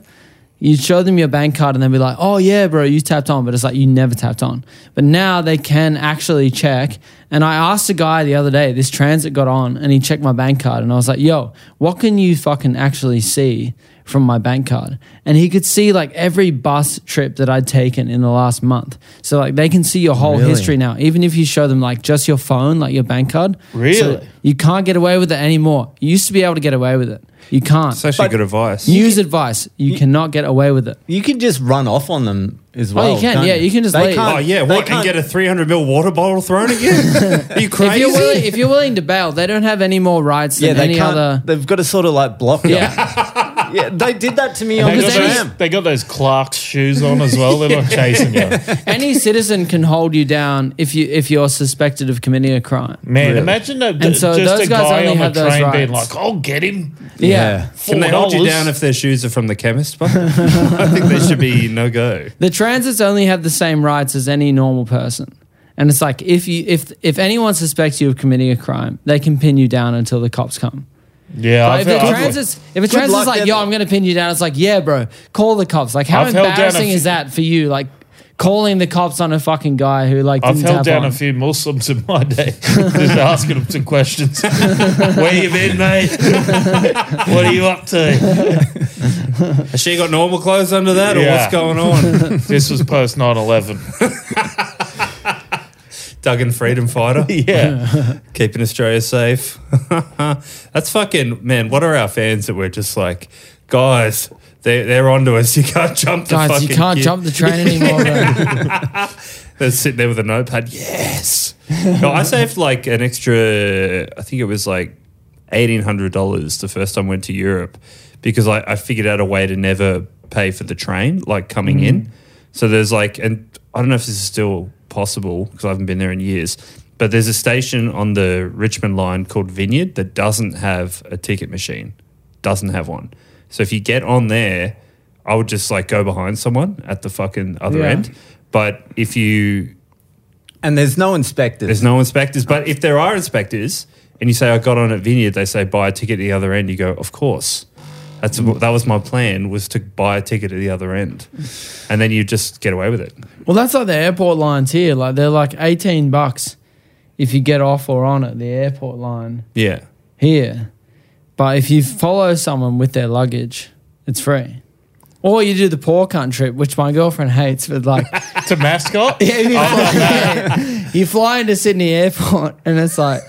H: You'd show them your bank card and they'd be like, oh, yeah, bro, you tapped on. But it's like, you never tapped on. But now they can actually check. And I asked a guy the other day, this transit got on and he checked my bank card. And I was like, yo, what can you fucking actually see from my bank card? And he could see like every bus trip that I'd taken in the last month. So like they can see your whole history now, even if you show them like just your phone, like your bank card. So
F: Really?
H: you can't get away with it anymore. You used to be able to get away with it. You can't.
G: It's actually good advice.
H: Use advice. You, cannot get away with it.
I: You could just run off on them as well.
H: Oh, you can,
I: can't
H: yeah, you can just
I: They
H: leave.
I: can't-
G: oh yeah,
I: they
G: what? And
I: can't-
G: get a 300 ml water bottle
H: [LAUGHS]
G: thrown at you? Are you
H: If
G: crazy?
H: you're, willing, if you're willing to bail, they don't have any more rights than
I: yeah, they
H: any
I: can't.
H: other.
I: They've got to sort of like block. Yeah,
H: Yeah,
I: [LAUGHS] yeah they did that to me on
F: they,
I: the
F: got
I: tram.
F: those, they got those Clark's shoes on as well.
H: [LAUGHS]
F: They're not chasing you.
H: any citizen can hold you down if you if you're suspected of committing a crime.
F: Man, imagine that
H: And so
F: just
H: those
F: a
H: guys
F: guy
H: only
F: on
H: have
F: the
H: those
F: train being
H: rights.
F: like, I'll get him.
H: Yeah,
G: Can they hold you
F: $4.
G: down if their shoes are from the chemist?
H: [LAUGHS]
G: But I think they should be no go.
H: the transits only have the same rights as any normal person. And it's like if you if if anyone suspects you of committing a crime, they can pin you down until the cops come.
F: Yeah,
H: But if
F: I've,
H: the
F: I've-
H: transits, if a transit's
I: luck
H: like,
I: then.
H: yo, I'm gonna pin you down, it's like, yeah, bro, call the cops. Like, how
F: I've held down a
H: embarrassing
F: few-
H: is that for you? Like, calling the cops on a fucking guy who like
F: I've
H: didn't tap
F: held down
H: on.
F: a few Muslims in my day,
H: [LAUGHS]
F: just asking them some questions. Where you
H: [LAUGHS]
F: been, mate? what are you up to?
G: Has she got normal clothes under that, or
F: Yeah.
G: what's
H: [LAUGHS]
G: going on?
F: This was post 9 11.
G: Duggan
H: [LAUGHS]
G: freedom fighter,
F: Yeah.
G: [LAUGHS] keeping Australia safe. [LAUGHS] That's fucking man. What are our fans that we're just like, guys? They're, they're onto us. You can't jump the
H: Guys,
G: fucking.
H: you can't
G: queue."
H: jump the train anymore.
F: [LAUGHS]
H: Bro.
G: They're sitting there with a notepad. Yes. no, I saved like an extra. I think it was like eighteen hundred dollars the first time I went to Europe because I, I figured out a way to never pay for the train like coming in. So there's like, and I don't know if this is still possible because I haven't been there in years. But there's a station on the Richmond line called Vineyard that doesn't have a ticket machine, doesn't have one. So if you get on there, I would just like go behind someone at the fucking other
H: Yeah.
G: end. But if you
I: And there's no inspectors.
G: there's no inspectors, but if there are inspectors and you say I got on at Vineyard, they say buy a ticket at the other end. You go, of course. That's that was my plan was to buy a ticket at the other end, and then you just get away with it.
H: well, that's like the airport lines here. Like they're like 18 bucks if you get off or on at the airport line
G: Yeah,
H: here. But if you follow someone with their luggage, it's free. Or you do the poor country, which my girlfriend hates, but like
F: to mascot?
H: [LAUGHS] Yeah, you, fly, yeah. [LAUGHS] you fly into Sydney Airport [LAUGHS] and it's like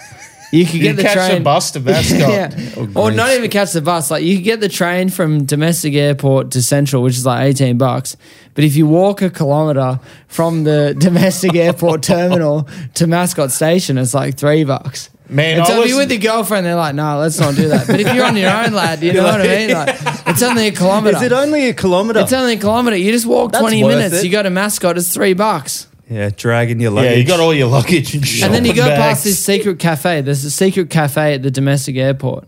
H: you could
F: You
H: get the
F: catch
H: train. [LAUGHS]
F: a bus to mascot.
H: Yeah. Or not even catch the bus. Like you could get the train from domestic airport to central, which is like eighteen bucks. But if you walk a kilometer from the [LAUGHS] domestic airport terminal to mascot station, it's like three bucks.
F: Man,
H: and
F: I
H: so if
F: was-
H: you're with your girlfriend, they're like, "No, let's not do that." But if you're on your own, lad, you know what I mean. Like, it's only a kilometer.
I: Is it only a kilometer?
H: it's only a kilometer. You just walk
I: That's
H: twenty
I: worth
H: minutes.
I: it.
H: You go to mascot. It's three bucks.
G: yeah, dragging your luggage.
F: Yeah, you got all your luggage and shit.
H: And then you go past this secret cafe. There's a secret cafe at the domestic airport.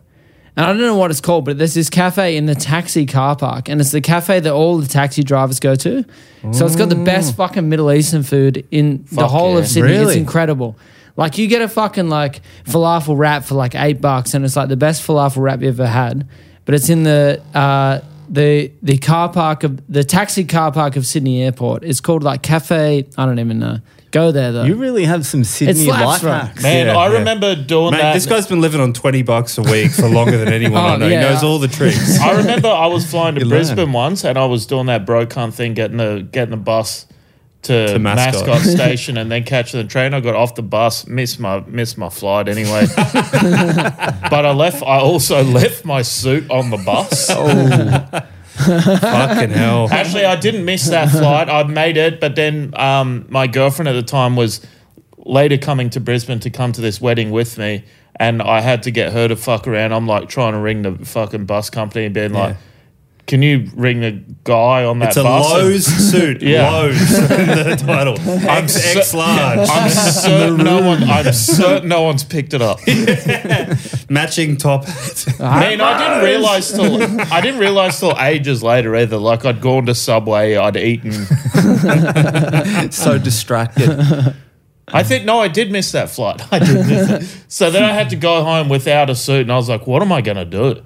H: And I don't know what it's called, but there's this cafe in the taxi car park. And it's the cafe that all the taxi drivers go to. So it's got the best fucking Middle Eastern food in the
F: Fuck
H: whole
F: yeah.
H: of Sydney. It's
G: Really?
H: incredible. Like you get a fucking like falafel wrap for like eight bucks, and it's like the best falafel wrap you ever had. But it's in the uh, the the car park of the taxi car park of Sydney Airport. It's called like Cafe. I don't even know. Go there though.
I: You really have some Sydney
H: slaps,
I: life
H: bro.
I: hacks.
F: Man,
G: Yeah,
F: I
G: yeah.
F: remember doing
G: Mate,
F: that.
G: this guy's been living on twenty bucks a week for longer than anyone
H: Oh,
G: I know.
H: yeah.
G: He knows all
F: [LAUGHS]
G: the tricks. [LAUGHS]
F: I remember I was flying to
G: You learn.
F: Brisbane once, and I was doing that bro cunt thing, getting a getting a bus to,
G: To
F: mascot.
G: Mascot. [LAUGHS]
F: station, and then catching the train. I got off the bus, missed my missed my flight anyway.
G: [LAUGHS]
F: but I left. I also left my suit on the
G: [LAUGHS]
F: bus.
G: Fucking hell.
F: Actually, I didn't miss
G: [LAUGHS]
F: that flight. I made it, but then um, my girlfriend at the time was later coming to Brisbane to come to this wedding with me, and I had to get her to fuck around. I'm like trying to ring the fucking bus company and being like, Can you ring the guy on that
G: It's a
F: bus? and-
G: Lowe's suit.
F: Yeah.
G: Lowe's [LAUGHS] in the title. I'm
F: so-
G: X large. [LAUGHS]
F: I'm certain no one. I'm certain no one's picked it up.
G: Matching top [LAUGHS] hat.
F: Man, I didn't realize till I didn't realize till ages later either. Like I'd gone to Subway, I'd eaten.
H: [LAUGHS]
I: so distracted.
F: I think no, I did miss that flight. [LAUGHS] I did miss it. So then I had to go home without a suit, and I was like, "What am I gonna do?"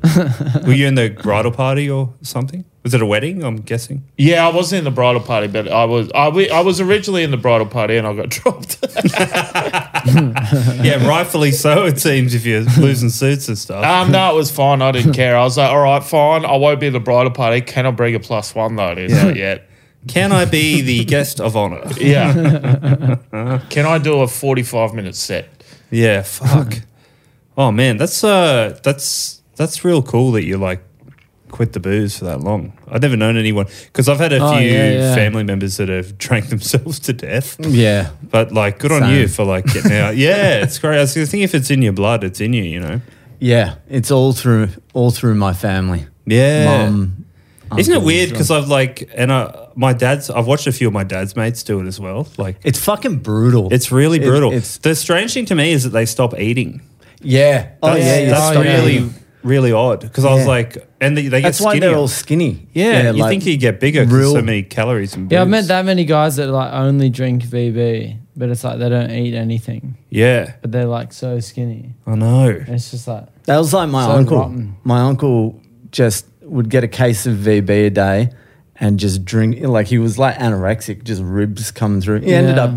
G: Were you in the bridal party or something? Was it a wedding? I'm guessing.
F: Yeah, I wasn't in the bridal party, but I was. I, we- I was originally in the bridal party, and I got [LAUGHS] dropped.
G: Yeah, rightfully so. It seems if you're losing suits and stuff.
F: um, no, it was fine. I didn't care. I was like, "All right, fine. I won't be in the bridal party. Can I bring a plus one though?" And he's like, "Yeah,
G: Can I be the guest of honor?
F: yeah." [LAUGHS] Can I do a forty-five minute set?
G: Yeah, fuck. oh man, that's uh that's that's real cool that you like quit the booze for that long. I've never known anyone because I've had a
H: Oh,
G: few
H: yeah, yeah.
G: family members that have [LAUGHS] drank themselves to death.
I: yeah.
G: But like good on you for like
H: [LAUGHS]
G: getting out. yeah, it's great. I was gonna think if it's in your blood, it's in you, you know.
I: Yeah. It's all through all through my family.
G: Yeah.
I: Mum.
G: Isn't it
I: uncle,
G: weird?
I: so-
G: Because I've like, and I, my dad's, I've watched a few of my dad's mates do it as well. Like,
I: It's fucking brutal.
G: it's really
I: it-
G: brutal.
I: it's-
G: the strange thing to me is that they stop eating.
I: yeah. Oh
G: That's,
I: yeah. you
G: that's
I: stop
G: really,
I: eating.
G: really odd. Because I was
I: Yeah.
G: like, and they, they get
I: That's why
G: skinnier.
I: they're all skinny.
G: yeah, you
I: like-
G: think you get bigger because
I: real-
G: so many calories. And
H: Yeah, I've
G: booze.
H: met that many guys that like only drink VB, but it's like they don't eat anything,
G: Yeah,
H: but they're like so skinny.
G: I know.
H: And it's just like
I: That was like my
H: So
I: uncle.
H: rotten.
I: My uncle just would get a case of VB a day and just drink. Like he was like anorexic, just ribs coming through. He ended
H: Yeah.
I: up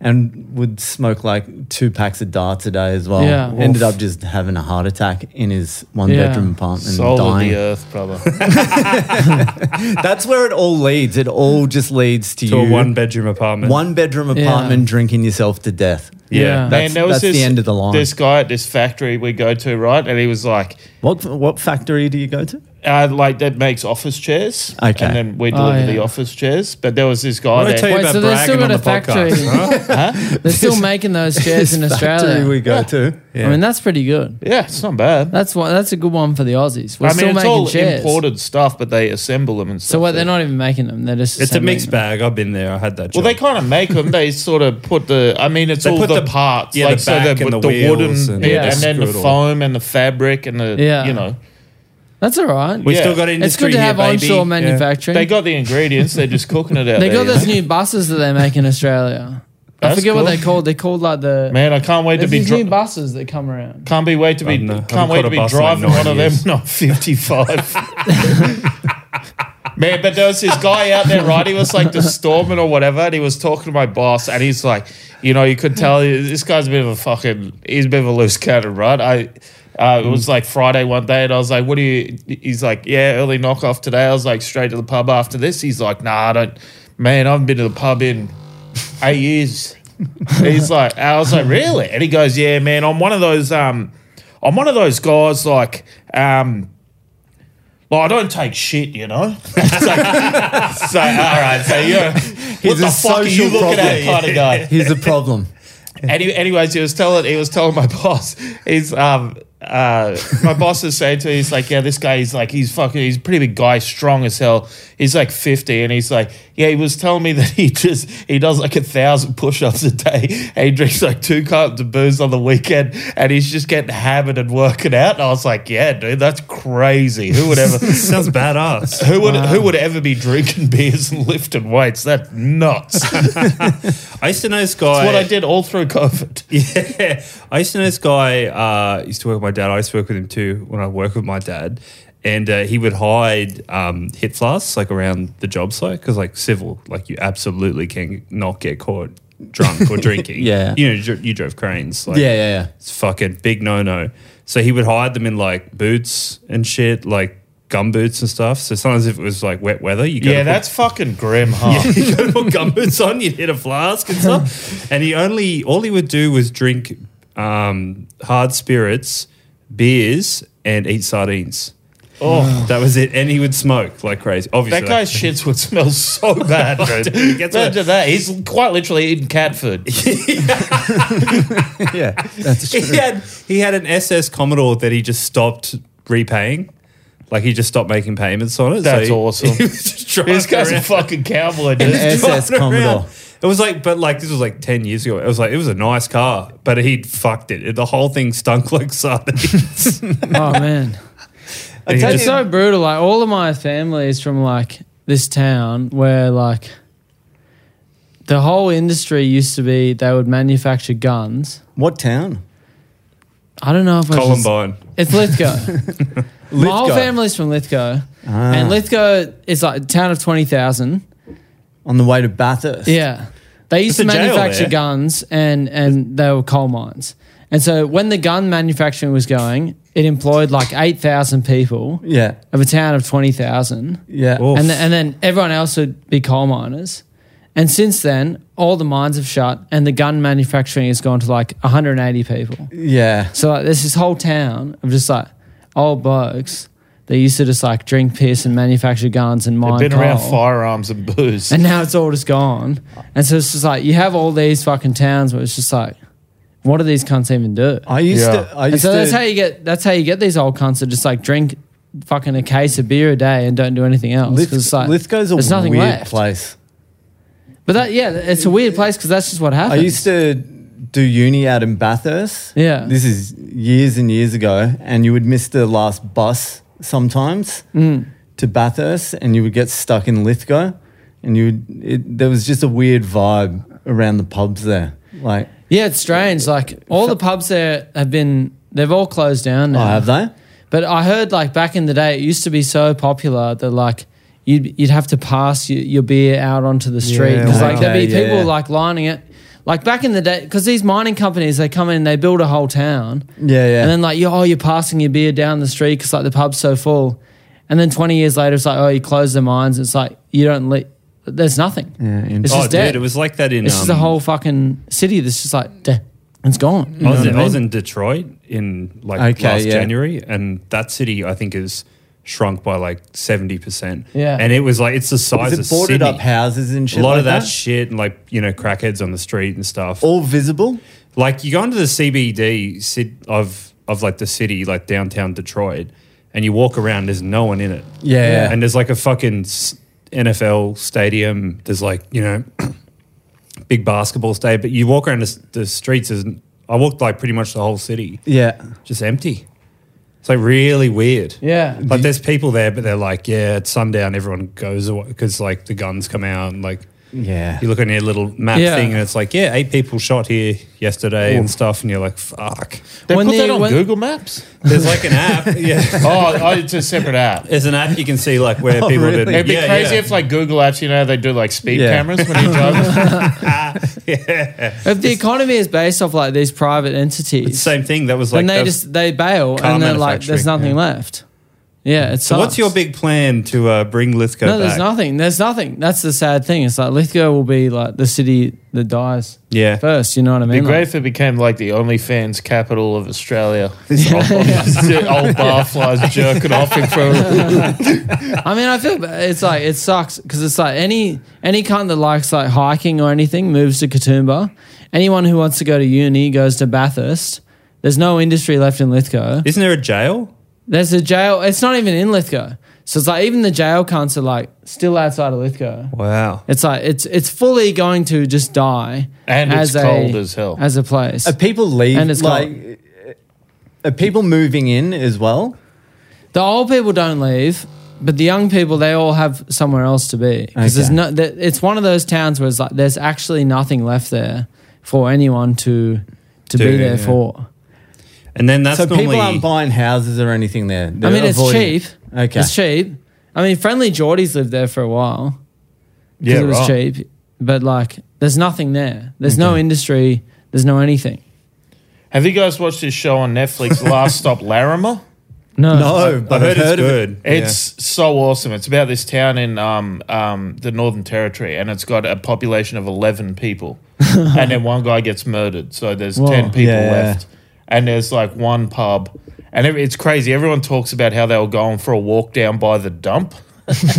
I: and would smoke like two packs of darts a day as well.
H: Yeah.
I: Ended up just having a heart attack in his one
H: Yeah.
I: bedroom apartment
F: Soul
I: and
F: of the
I: dying.
F: earth, brother.
I: That's where it all leads. It all just leads to,
G: To a
I: you
G: one bedroom apartment.
I: one bedroom apartment drinking yourself to death.
G: Yeah.
I: That's,
F: Man, there was
I: that's
F: this,
I: the end of the line.
F: This guy at this factory we go to, right? And he was like,
I: what what factory do you go to?
F: uh, like that makes office chairs.
I: Okay.
F: And then we deliver
H: Oh, yeah.
F: the office chairs. But there was this
G: I
F: guy
G: want to
F: there.
G: tell you
H: Wait,
G: about
H: so they've still
G: bragging on
H: got
G: the
H: a factory.
G: podcast. Huh?
H: [LAUGHS] they're still making those chairs in Australia.
I: Factory we go to.
H: I mean, that's pretty good.
F: yeah, it's not bad.
H: That's one. That's a good one for the Aussies. We're
F: I mean,
H: still
F: it's
H: making
F: all
H: chairs.
F: imported stuff, but they assemble them and stuff.
H: So what? They're
F: there.
H: not even making them. They're just
G: It's a
H: assembling
G: mixed
H: them.
G: bag. I've been there. I had that.
F: Well,
G: job.
F: they kind of make them. They sort of put the. I mean, it's
G: They
F: all
G: put
F: the,
G: the-
F: parts,
G: yeah, the
F: like so
G: back
F: the, with
G: and the
F: the,
G: wheels
F: wooden
G: and-
F: bit,
H: Yeah.
F: and then the
G: Screwed all.
F: foam and the fabric and the.
H: Yeah.
F: You know,
H: That's all right.
G: we
F: yeah.
G: still got
H: It's
G: industry.
H: good to have
G: here, baby.
H: onshore
G: Yeah.
H: manufacturing.
F: they got the ingredients. They're just cooking it out.
H: They
F: there,
H: got
F: you
H: those
F: know?
H: new buses that they make in Australia. I
F: That's
H: forget what
F: cool.
H: they're called. They're called like the.
F: Man, I can't wait to
H: there's
F: be.
H: these
F: dri-
H: new buses that come around.
F: Can't be wait to be
G: I've no- haven't
F: can't wait
G: caught
F: to
G: a
F: be
G: bus in
F: driving
G: nine
F: one of them
G: years.
F: when I'm 55. [LAUGHS] Man, but there was this guy out there, right? He was like the storeman or whatever, and he was talking to my boss, and he's like, you know, you could tell he- this guy's a bit of a fucking, he's a bit of a loose cannon, right? I. Uh, it was like Friday one day, and I was like, "What do you?" He's like, "Yeah, early knockoff today." I was like, "Straight to the pub after this." He's like, "Nah, I don't." Man, I haven't been to the pub in eight years. [LAUGHS] He's like, I was like, really? And he goes, yeah, man, I'm one of those, um, I'm one of those guys like, um, well, I don't take shit, you know. [LAUGHS] so, so, all right, so you're what
I: a
F: the fuck are you
I: social
F: looking at,
I: problem.
F: kind of
I: [LAUGHS]
F: guy?
I: Here's
H: [LAUGHS]
I: the problem.
F: Any, anyways, he was telling he was telling my [LAUGHS] boss he's um uh my boss is saying to me, he's like, yeah, this guy he's like he's fucking he's a pretty big guy, strong as hell. He's like fifty, and he's like, yeah, he was telling me [LAUGHS] that he just he does like a thousand push-ups a day, and he drinks like two cups of booze on the weekend, and he's just getting hammered and working out. And I was like, yeah, dude, that's crazy. Who would ever?
G: Sounds badass.
F: Who would who would ever be drinking [LAUGHS] beers and lifting weights? That's nuts. That's
G: I used to know this guy.
F: what I did all through COVID.
G: [LAUGHS] Yeah. I used to know this guy, uh, used to work with my dad. I used to work with him too when I work with my dad. And uh, he would hide um, hit flasks like around the job site because, like, civil, like, you absolutely can not get caught
I: [LAUGHS]
G: drunk or drinking.
I: Yeah.
G: You know, you, dr- you drove cranes. Like,
I: Yeah, yeah, yeah.
G: [LAUGHS] It's fucking big no no. So he would hide them in like boots and shit, like gum boots and stuff. So sometimes if it was like wet weather, you go
F: Yeah,
G: to put
F: that's fucking grim, huh?
G: you go put gumboots on, you'd hit a flask and stuff. And he only all he would do was drink um, hard spirits, beers, and eat sardines. Oh, that was it. And he would smoke like crazy. Obviously,
F: That
G: Oh, [LAUGHS]
F: guy's shits would smell so [LAUGHS] bad, dude.
G: He gets
F: Imagine that. He's quite literally eating cat food.
I: Yeah, that's true.
G: he had he had an SS Commodore that he just stopped repaying. Like he just stopped making payments on it.
F: That's
G: he- [LAUGHS]
F: awesome.
G: he was just driving
F: This guy's a
G: around.
F: fucking cowboy,
G: [LAUGHS]
F: dude.
G: Just
I: SS
G: driving around.
I: Commodore.
G: It was like, but like this was like ten years ago. It was like it was a nice car, but he fucked it. The whole thing stunk [LAUGHS] like sardines.
H: Oh man,
G: I tell
H: it's so brutal. Like all of my family is from like this town where like the whole industry used to be they would manufacture guns.
I: What town?
H: I don't know if I should-
G: Columbine.
H: It's
G: [LAUGHS]
H: Lithgow. My whole family's from Lithgow,
G: Ah.
H: and Lithgow is like a town of twenty thousand.
I: On the way to Bathurst.
H: Yeah. They used
G: There's
H: to
G: a jail
H: manufacture
G: there.
H: guns and, and they were coal mines. And so when the gun manufacturing was going, it employed like 8,000 people
I: Yeah.
H: of a town of 20,000.
I: Yeah.
G: Oof.
H: And, th- and then everyone else would be coal miners. And since then, all the mines have shut and the gun manufacturing has gone to like 180 people.
I: Yeah.
H: So like, there's this whole town of just like old blokes. They used to just like drink piss and manufacture guns and mine
F: They've been
H: coal.
F: around firearms and booze.
H: And now it's all just gone. And so it's just like you have all these fucking towns where it's just like, what do these cunts even do?
I: I used
F: Yeah.
I: to. I
H: And
I: used
H: so
I: to.
H: that's how you get that's how you get these old cunts that just like drink fucking a case of beer a day and don't do anything else. 'Cause it's
I: Lith-
H: like,
I: Lithgow's a
H: there's nothing
I: weird
H: left.
I: place.
H: But that yeah, it's a weird place because that's just what
I: I
H: happens.
I: used to do uni out in Bathurst.
H: Yeah.
I: This is years and years ago, and you would miss the last bus sometimes
H: Mm.
I: to Bathurst, and you would get stuck in Lithgow, and you would, it, there was just a weird vibe around the pubs there. Like,
H: yeah, it's strange. Like all the pubs there have been they've all closed down now.
I: oh, have they?
H: But I heard like back in the day, it used to be so popular that like you'd you'd have to pass your, your beer out onto the street
G: Yeah,
H: 'Cause, like
I: wow.
H: there'd be
I: Okay, yeah.
H: people like lining it. Like back in the day, because these mining companies they come in, they build a whole town,
I: Yeah, yeah.
H: and then like you oh you're passing your beer down the street because like the pub's so full, and then twenty years later it's like oh you close the mines, it's like you don't let there's nothing.
I: Yeah,
H: it's
G: oh,
H: just
G: dude,
H: dead.
G: it was like that in.
H: it's just a
G: um,
H: whole fucking city that's just like dead. It's gone. You
G: I
H: know
G: was,
H: what
G: in,
H: I
G: I was
H: mean?
G: in Detroit in like
I: Okay,
G: last
I: yeah.
G: January, and that city I think is shrunk by like seventy percent.
H: Yeah.
G: and it was like it's the size
I: Is
G: of
I: it boarded
G: Sydney.
I: up houses and shit?
G: a lot
I: like
G: of that,
I: that
G: shit and like you know crackheads on the street and stuff.
I: all visible.
G: like you go into the CBD sit- of of like the city, like downtown Detroit, and you walk around. There's no one in it.
I: Yeah.
G: and there's like a fucking s- NFL stadium. There's like you know [CLEARS THROAT] big basketball stadium, but you walk around the, s- the streets. There's, I walked like pretty much the whole city,
I: Yeah,
G: just empty. It's like really weird.
H: yeah.
G: Like there's people there, but they're like, yeah, at sundown everyone goes away because like the guns come out and like
I: yeah.
G: you look on your little map
H: Yeah.
G: thing and it's like, yeah, eight people shot here yesterday and stuff, and you're like, fuck.
F: they
H: When
F: put that
H: they-
F: on
H: when-
F: Google Maps.
G: There's like
H: [LAUGHS]
G: an app, yeah.
F: oh, oh, it's a separate app.
G: There's an app you can see like
H: Oh,
G: where people
I: really?
G: did.
F: It'd be
G: yeah,
F: crazy
G: yeah.
F: if like Google Apps, you know, they do like speed
I: Yeah.
F: cameras [LAUGHS] when you drive.
H: If the economy is based off like these private entities,
G: same thing. That was like.
H: And they
G: that's-
H: just they bail
G: car
H: and they're like there's
G: manufacturing,
H: nothing left yeah it's
G: so what's your big plan to uh, bring Lithgow
H: no
G: back?
H: there's nothing there's nothing that's the sad thing it's like lithgow will be like the city that dies
G: Yeah.
H: first you know what i
F: It'd
H: mean
F: be great if it became like the OnlyFans capital of Australia.
H: [LAUGHS]
F: This old, [LAUGHS] old barflies jerking off in
H: [LAUGHS]
F: front of
H: Like, i mean i feel ba- it's like it sucks because it's like any any kind that likes like hiking or anything moves to katoomba anyone who wants to go to uni goes to bathurst there's no industry left in lithgow
G: Isn't there a jail?
H: there's a jail it's not even in lithgow so it's like even the jail cunts are like still outside of lithgow
G: Wow.
H: It's like it's it's fully going to just die,
F: And it's cold as hell.
H: as a place.
I: Are people leave
H: And it's
I: like? Are people moving in as well?
H: the old people don't leave, but the young people they all have somewhere else to be because there's
I: Okay.
H: no. th- It's one of those towns where it's like there's actually nothing left there for anyone to to
G: Do,
H: be there
G: yeah.
H: for.
G: And then that's
I: so
G: normally.
I: people aren't buying houses or anything there.
H: I mean,
I: They're
H: it's
I: avoiding-
H: cheap.
I: Okay.
H: it's cheap. I mean, friendly Geordies lived there for a while.
F: Yeah,
H: it was
F: right.
H: cheap, but like there's nothing there. There's no industry. There's no anything.
F: Have you guys watched this show on Netflix, Last Stop Larimer?
H: No,
I: No, but
G: I've heard,
I: of
G: it's
I: it.
G: good.
F: It's so awesome. It's about this town in um, um, the Northern Territory, and it's got a population of 11 people.
G: [LAUGHS]
F: and then one guy gets murdered. So there's
H: Whoa.
F: 10 people
I: Yeah, yeah.
F: left. And there's like one pub. And every, it's crazy. Everyone talks about how they were going for a walk down by the dump. [LAUGHS] so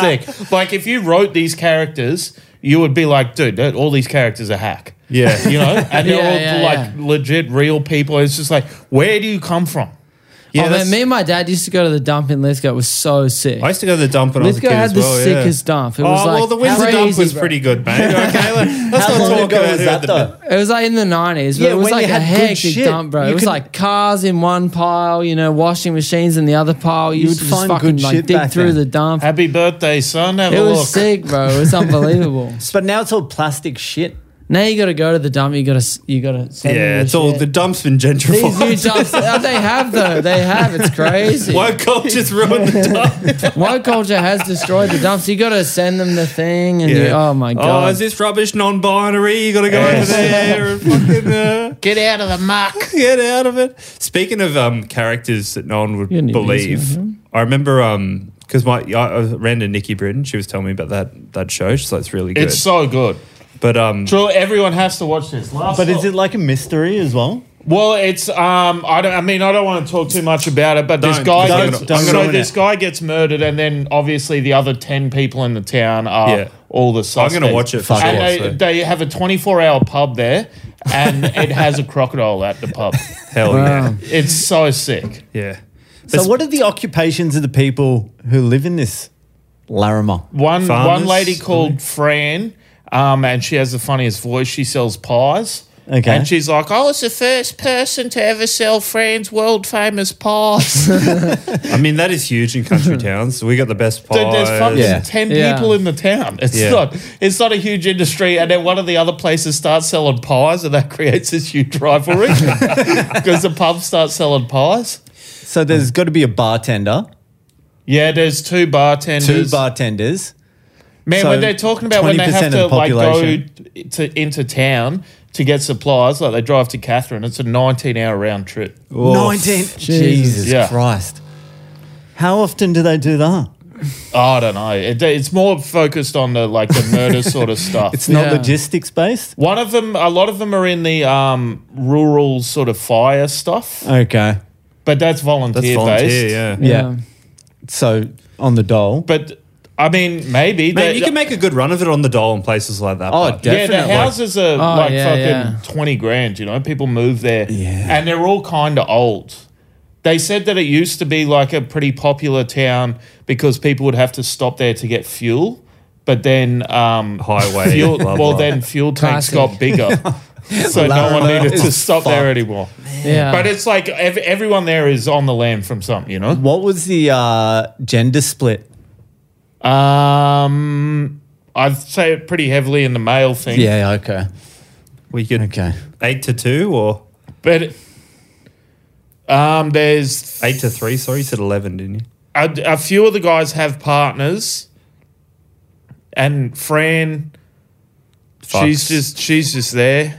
F: sick. Like, if you wrote these characters, you would be like, dude, that- all these characters are hack.
G: Yeah.
F: You know? And they're
H: Yeah,
F: all
H: yeah,
F: like legit real people. It's just like, where do you come from?
G: Yeah,
H: oh, man,
G: that's-
H: me and my dad used to go to the dump in Lithgow. It was so sick.
G: I used to go to the dump when
H: Lithgow
G: I
H: had
G: was a
H: the
G: kid as well. yeah.
H: sickest dump. It was
G: oh
H: like
G: well, the Windsor
H: crazy,
G: dump was
H: bro.
G: pretty
H: [LAUGHS]
G: good, mate. Okay, let- let's
I: How
G: not
I: long
G: talk
I: ago
G: about
I: was
G: who
I: that
G: had the
I: though?
G: dump.
H: It was like in the nineties, but
I: Yeah,
H: it was
I: when
H: like
I: you
H: a
I: had good
H: hectic
I: shit,
H: dump, bro.
I: you
H: it was
I: could-
H: like cars in one pile, you know, washing machines in the other pile. You,
I: You
H: used
I: would
H: to just
I: find
H: fucking
I: good
H: like
I: shit
H: dig
I: back
H: through
I: then.
H: the dump.
F: Happy birthday, son. Have
H: It
F: a
H: was
F: look.
H: sick, bro.
I: [LAUGHS]
H: It was unbelievable.
I: But now it's all plastic shit.
H: now you got to go to the dump. You got to you got to
G: Yeah, it's all the dump's been
H: These new
G: gentrified.
H: dumps, uh, they have though. They have. It's crazy.
G: [LAUGHS] Woke culture's
H: [LAUGHS]
G: ruined the dump.
H: Woke culture has destroyed the dumps. You got to send them the thing, and you, oh my
G: Oh,
H: god,
G: is this rubbish non-binary? You got to go over there and fucking uh, [LAUGHS]
F: Get out of the muck.
G: get out of it. Speaking of um, characters that no one would
H: You need these,
G: believe, I remember um because my I, I ran to Nikki Britton. She was telling me about that that show. She's like, it's really good.
F: It's so good.
G: but um,
F: True, everyone has to watch this. Last
I: But is it like a mystery as well?
F: Well, it's um, I don't. I mean, I don't want to talk too much about it, but this
G: Don't,
F: guy
G: don't,
F: gets
I: don't
F: so
I: ruin
F: this
I: it.
F: guy gets murdered, and then obviously the other ten people in the town are
G: Yeah.
F: all the
G: I'm
F: suspects.
G: gonna watch it. For
I: Fuck
G: sure,
F: And they,
G: so-
F: they have a 24 hour pub there, and it has a crocodile at the
G: [LAUGHS]
F: pub.
G: Hell yeah,
F: It's so sick.
G: yeah.
I: So, what are the occupations of the people who live in this Larimer?
F: One
G: Farmers?
F: one lady called Fran, um, and she has the funniest voice. She sells pies.
I: Okay.
F: And she's like, I was the first person to ever sell Fran's world famous pies. [LAUGHS] Dude,
G: I mean, that is huge
H: [LAUGHS]
G: in country towns. We got the best pies.
F: there's fucking
I: Yeah.
F: ten
H: Yeah.
F: people in the town. It's
G: Yeah.
F: not it's not a huge industry. And then one of the other places starts selling pies, and that [LAUGHS] creates this huge rivalry. [LAUGHS] Because the pub starts selling pies.
I: So there's got to be a bartender,
F: Yeah, there's two bartenders.
I: two bartenders.
F: Man,
I: So
F: when they're talking about when they
I: 20%
F: have
I: of
F: to
I: the
F: like go
I: population.
F: to into town to get supplies, like they drive to Catherine, it's a 19 hour round trip.
I: Nineteen. Jesus
F: Yeah.
I: Christ! How often do they do that?
F: I don't know. It, it's more focused on the like the
G: [LAUGHS]
F: murder sort of stuff.
I: It's not
H: Yeah.
I: logistics based.
F: One of them, a lot of them are in the um, rural sort of fire stuff,
I: Okay.
F: but that's volunteer,
G: That's volunteer,
F: based.
G: yeah.
I: Yeah. So on the dole.
F: But I mean, maybe
G: Man,
F: they-
G: you can make a good run of it on the dole in places like that.
I: Oh,
G: but-
I: de-
F: Yeah, the
I: Definitely.
F: houses are
H: Oh,
F: like
H: yeah,
F: fucking
H: yeah.
F: 20 grand, you know? People move there and they're all kind of old. They said that it used to be like a pretty popular town because people would have to stop there to get fuel, but then um,
G: Highway,
F: fuel,
G: blah,
F: well,
G: blah.
F: then fuel tanks
H: Classic. [LAUGHS]
F: got bigger. so no one
I: Larimer
F: needed to
I: is
F: stop there anymore.
H: yeah.
F: But it's like ev- everyone there is on the lam from something, you know?
I: What was the uh, gender split?
F: Um, I'd say it pretty heavily in the male thing.
I: Yeah. Okay.
G: we could
I: Okay.
G: eight to two or
F: But um, there's
G: eight to three. Sorry, you said eleven, didn't you?
F: a, a few of the guys have partners, and Fran, she's
G: Fucks.
F: just she's just
G: [LAUGHS]
F: there.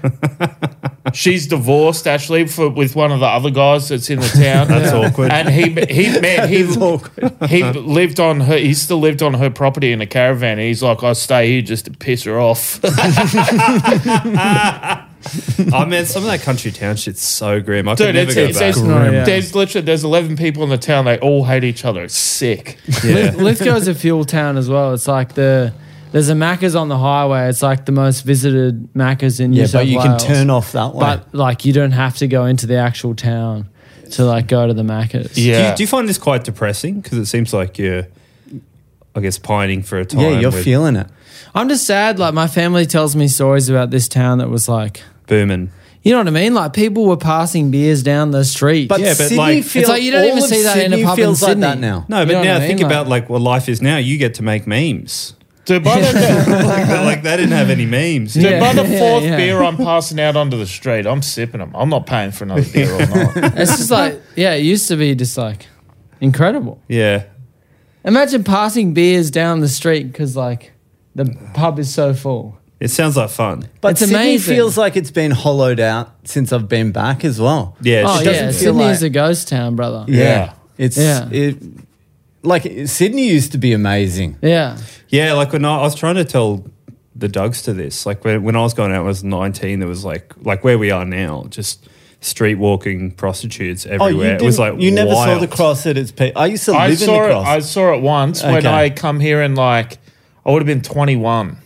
F: she's divorced actually for, with one of the other guys that's in the town.
G: That's awkward.
F: And he
G: [LAUGHS]
F: he man he
I: awkward.
F: he lived on her. He still lived on her property in a caravan. And he's like, I stay here just to piss her
G: [LAUGHS]
F: off.
G: oh man, some of that country town shit's so grim. I could
F: Dude,
G: never
F: it's,
G: go
F: it's,
G: back.
F: it's- there's literally there's eleven people in the town. They all hate each other. It's sick.
G: yeah.
H: Lithgow is a fuel town as well. It's like the there's a Macca's on the highway. It's like the most visited Macca's in New
I: Yeah,
H: South
I: but you
H: Wales.
I: can turn off that one.
H: But like you don't have to go into the actual town to like go to the Macca's.
G: Do,
F: Yeah.
G: you, do you find this quite depressing? Because it seems like you're, I guess, pining for a time.
I: yeah, you're
G: with
I: feeling it.
H: I'm just sad. Like my family tells me stories about this town that was like,
G: booming.
H: you know what I mean? Like people were passing beers down the street.
I: But
G: Yeah, but
I: Sydney
G: like- It's
I: feels
H: like you don't
I: all
H: even
I: of
H: see that in a
I: Sydney
H: pub in
I: feels like that
H: Sydney.
I: now.
G: No,
H: You
G: but
H: know what
G: now
H: I mean?
G: think
H: Like-
G: about like what life is now. You get to make memes. [LAUGHS]
F: Dude, by the,
G: like, like they didn't have any memes.
F: Dude,
H: Yeah.
F: by the
H: Yeah,
F: fourth
H: yeah.
F: beer I'm passing out onto the street, I'm sipping them. I'm not paying for another beer all night.
H: it's just
I: [LAUGHS]
H: like, yeah, it used to be just like incredible.
G: Yeah.
H: Imagine passing beers down the street because like the pub is so full.
G: It sounds like fun.
I: But
H: It's
I: Sydney
H: amazing.
I: feels like it's been hollowed out since I've been back as well.
G: Yeah.
H: Oh
G: it
H: yeah,
G: doesn't
H: Sydney's
I: feel like-
H: a ghost town, brother.
I: Yeah.
F: Yeah.
I: It's
H: Yeah.
I: It, like Sydney used to be amazing.
H: Yeah.
G: Yeah, like when I, I was trying to tell the Dugs to this, like when, when I was going out, when I was 19, there was like, like where we are now, just street walking prostitutes everywhere. it was like,
I: Oh, you never saw
G: wild.
I: the cross at its peak. I used to
F: I
I: live in
F: saw
I: the
F: it.
I: cross.
F: I saw it once when
I: Okay.
F: I come here and like I would have been 21,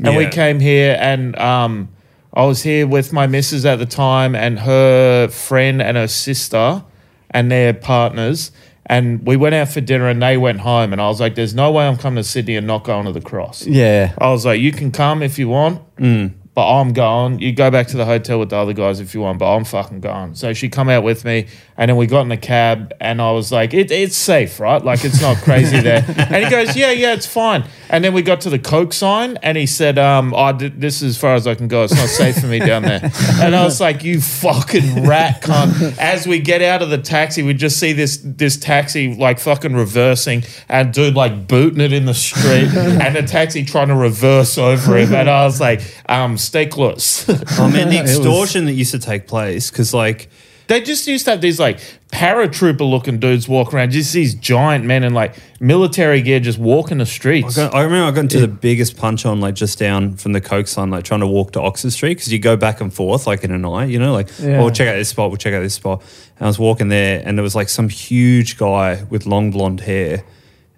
F: and we
G: Yeah.
F: came here and um, I was here with my missus at the time and her friend and her sister, and their partners. And we went out for dinner and they went home. And I was like, there's no way I'm coming to Sydney and not going to the cross.
I: Yeah.
F: I was like, you can come if you want, but I'm gone. You go back to the hotel with the other guys if you want, but I'm fucking gone. So she come out with me, and then we got in the cab, and I was like, it, it's safe, right? Like it's not crazy there. And he goes, yeah, yeah, it's fine. And then we got to the Coke sign, and he said, um, I did, this is as far as I can go. It's not safe for me down
I: [LAUGHS]
F: there. And I was like, you fucking rat cunt. As we get out of the taxi, we just see this this taxi like fucking reversing and dude like booting it in the
I: [LAUGHS]
F: street and the taxi trying to reverse over him. And I was like, um, stay close. [LAUGHS]
G: I mean, the extortion that used to take place because, like,
F: they just used to have these like paratrooper looking dudes walk around, just these giant men in like military gear just walking the
G: I,
F: streets.
G: got, I remember I got into the biggest punch on, like, just down from the Coke sign, like, trying to walk to Oxford Street because you go back and forth, like, in a night, you know, like, oh, we'll check out this spot, we'll check out this spot. And I was walking there, and there was, like, some huge guy with long blonde hair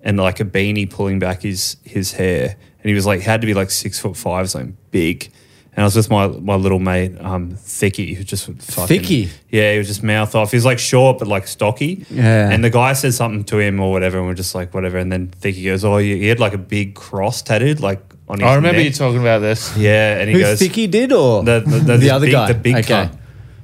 G: and, like, a beanie pulling back his, his hair. And he was, like, had to be, like, six foot five, something big. And I was with my, my little mate, um, Thicky, who just fucking.
I: Thicky?
G: Yeah, he was just mouth off. He was like short but like stocky.
I: Yeah.
G: And the guy said something to him or whatever, and we're just like whatever. And then Thicky goes, "Oh, you- he had like a big cross tattooed like on his."
F: I remember
G: neck.
F: you talking about this.
G: Yeah, and he
I: Who
G: goes,
I: Thicky did or
G: the, the, the,
I: other
G: big,
I: guy?
G: the big
I: Okay.
G: cunt.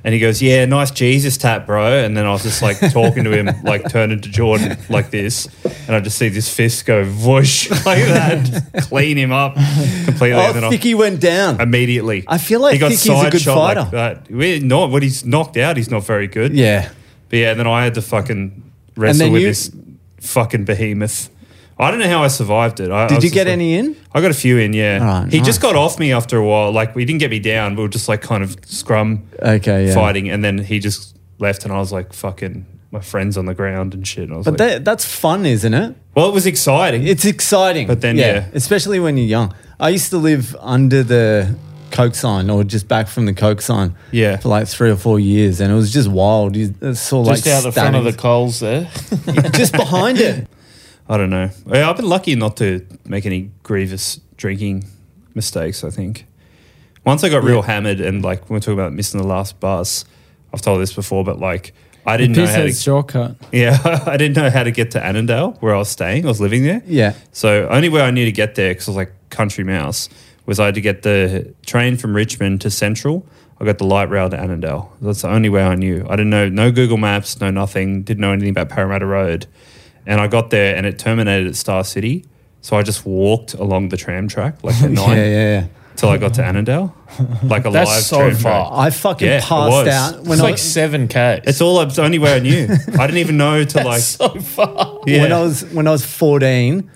G: And he goes, "Yeah, nice Jesus tap, bro." And then I was just
I: [LAUGHS]
G: like talking to him, like turning to Jordan like this, and I just see this fist go whoosh [LAUGHS] like that, clean him up completely.
I: Oh,
G: and then I-
I: Thicky went down.
G: immediately.
I: I feel like Thicky's a
G: side
I: good
G: shot
I: fighter.
G: that. We're not when he's knocked out, he's not very good.
I: yeah.
G: But yeah, then I had to fucking
I: then
G: wrestle with
I: you-
G: this fucking behemoth. I don't know how I survived it. I, I
I: Did
G: was
I: you
G: just
I: get
G: like-
I: any in?
G: I got a few in, yeah.
I: Alright,
G: he
I: nice.
G: just got off me after a while. Like, we didn't get me down. We were just like kind of scrum
I: Okay, yeah.
G: fighting. And then he just left, and I was like, fucking, my friend's on the ground and shit. And I was
I: But
G: like,
I: that, that's fun, isn't it?
G: well, it was exciting.
I: It's exciting.
G: But then, yeah.
I: Especially when you're young. I used to live under the Coke sign or just back from the Coke sign.
G: Yeah.
I: For like three or four years. And it was just wild. You saw like.
F: Just out the front of the Coles there.
G: [LAUGHS]
I: the. just behind it.
G: I don't know. Yeah, I've been lucky not to make any grievous drinking mistakes, I think. Once I got real hammered and like when we're talking about missing the last bus, I've told this before, but like I didn't know
H: Piss
G: how
H: had
G: to,
H: a shortcut.
G: [LAUGHS] yeah, [LAUGHS] I didn't know how to get to Annandale where I was staying. I was living there.
I: Yeah.
G: So only way I knew to get there because I was like country mouse was I had to get the train from Richmond to Central. I got the light rail to Annandale. That's the only way I knew. I didn't know no Google Maps, no nothing. Didn't know anything about Parramatta Road, and I got there and it terminated at Star City. So I just walked along the tram track
I: [LAUGHS]
G: like at
I: Yeah,
G: night
I: yeah, yeah.
G: till I got to Annandale, like
I: [LAUGHS]
G: a
F: That's
G: live
F: so
G: tram
F: far.
G: track.
I: I fucking
G: Yeah, it
I: passed
G: was.
I: out when
F: It's
I: I,
F: like seven K.
G: It's all it's the only way I knew. I didn't even
I: [LAUGHS]
G: know to
F: [LAUGHS]
G: like
F: so far.
G: yeah.
I: when I was when I was 14.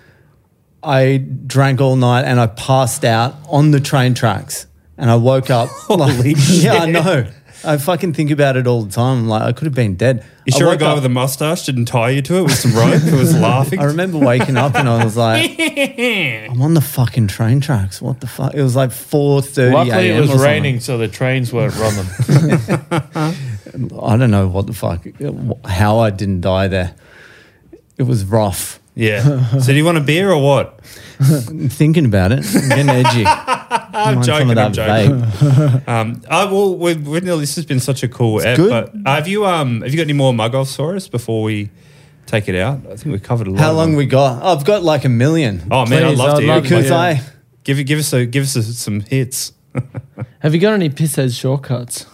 I: I drank all night and I passed out on the train tracks. And I woke up. Holy shit. [LAUGHS] Yeah, I know. I fucking think about it all the time. I'm like, I could have been dead.
G: You
I: I
G: sure a
I: woke
G: guy
I: up-
G: with a mustache didn't tie you to it with some rope who
I: [LAUGHS]
G: was laughing?
I: I remember waking up and I
G: [LAUGHS]
I: was like, I'm on the fucking train tracks. What the fuck? It was like 4.30
F: Luckily,
I: a.m.
F: it
I: or
F: was
I: something.
F: raining, so the trains weren't
I: [LAUGHS]
F: running.
I: I don't know what the fuck, how I didn't die there. It was rough.
G: [LAUGHS] yeah. So do you want a beer or what?
I: I'm thinking about it. I'm getting edgy. I'm
G: joking, I'm joking.
I: vague.
G: Um, I well, we we this has been such a cool app.
I: good.
G: But have you um have you got any more mug offs for us before we take it out? I think we covered a lot.
I: How
G: of
I: long
G: them.
I: we got? Oh, I've got like a million.
G: Oh man, I'd
H: Please,
G: love
H: I'd
G: to
H: love
G: hear.
H: to
G: it.
I: Because
H: yeah.
I: I,
G: Give give us a give us a, some hits.
H: Have you got any piss head shortcuts?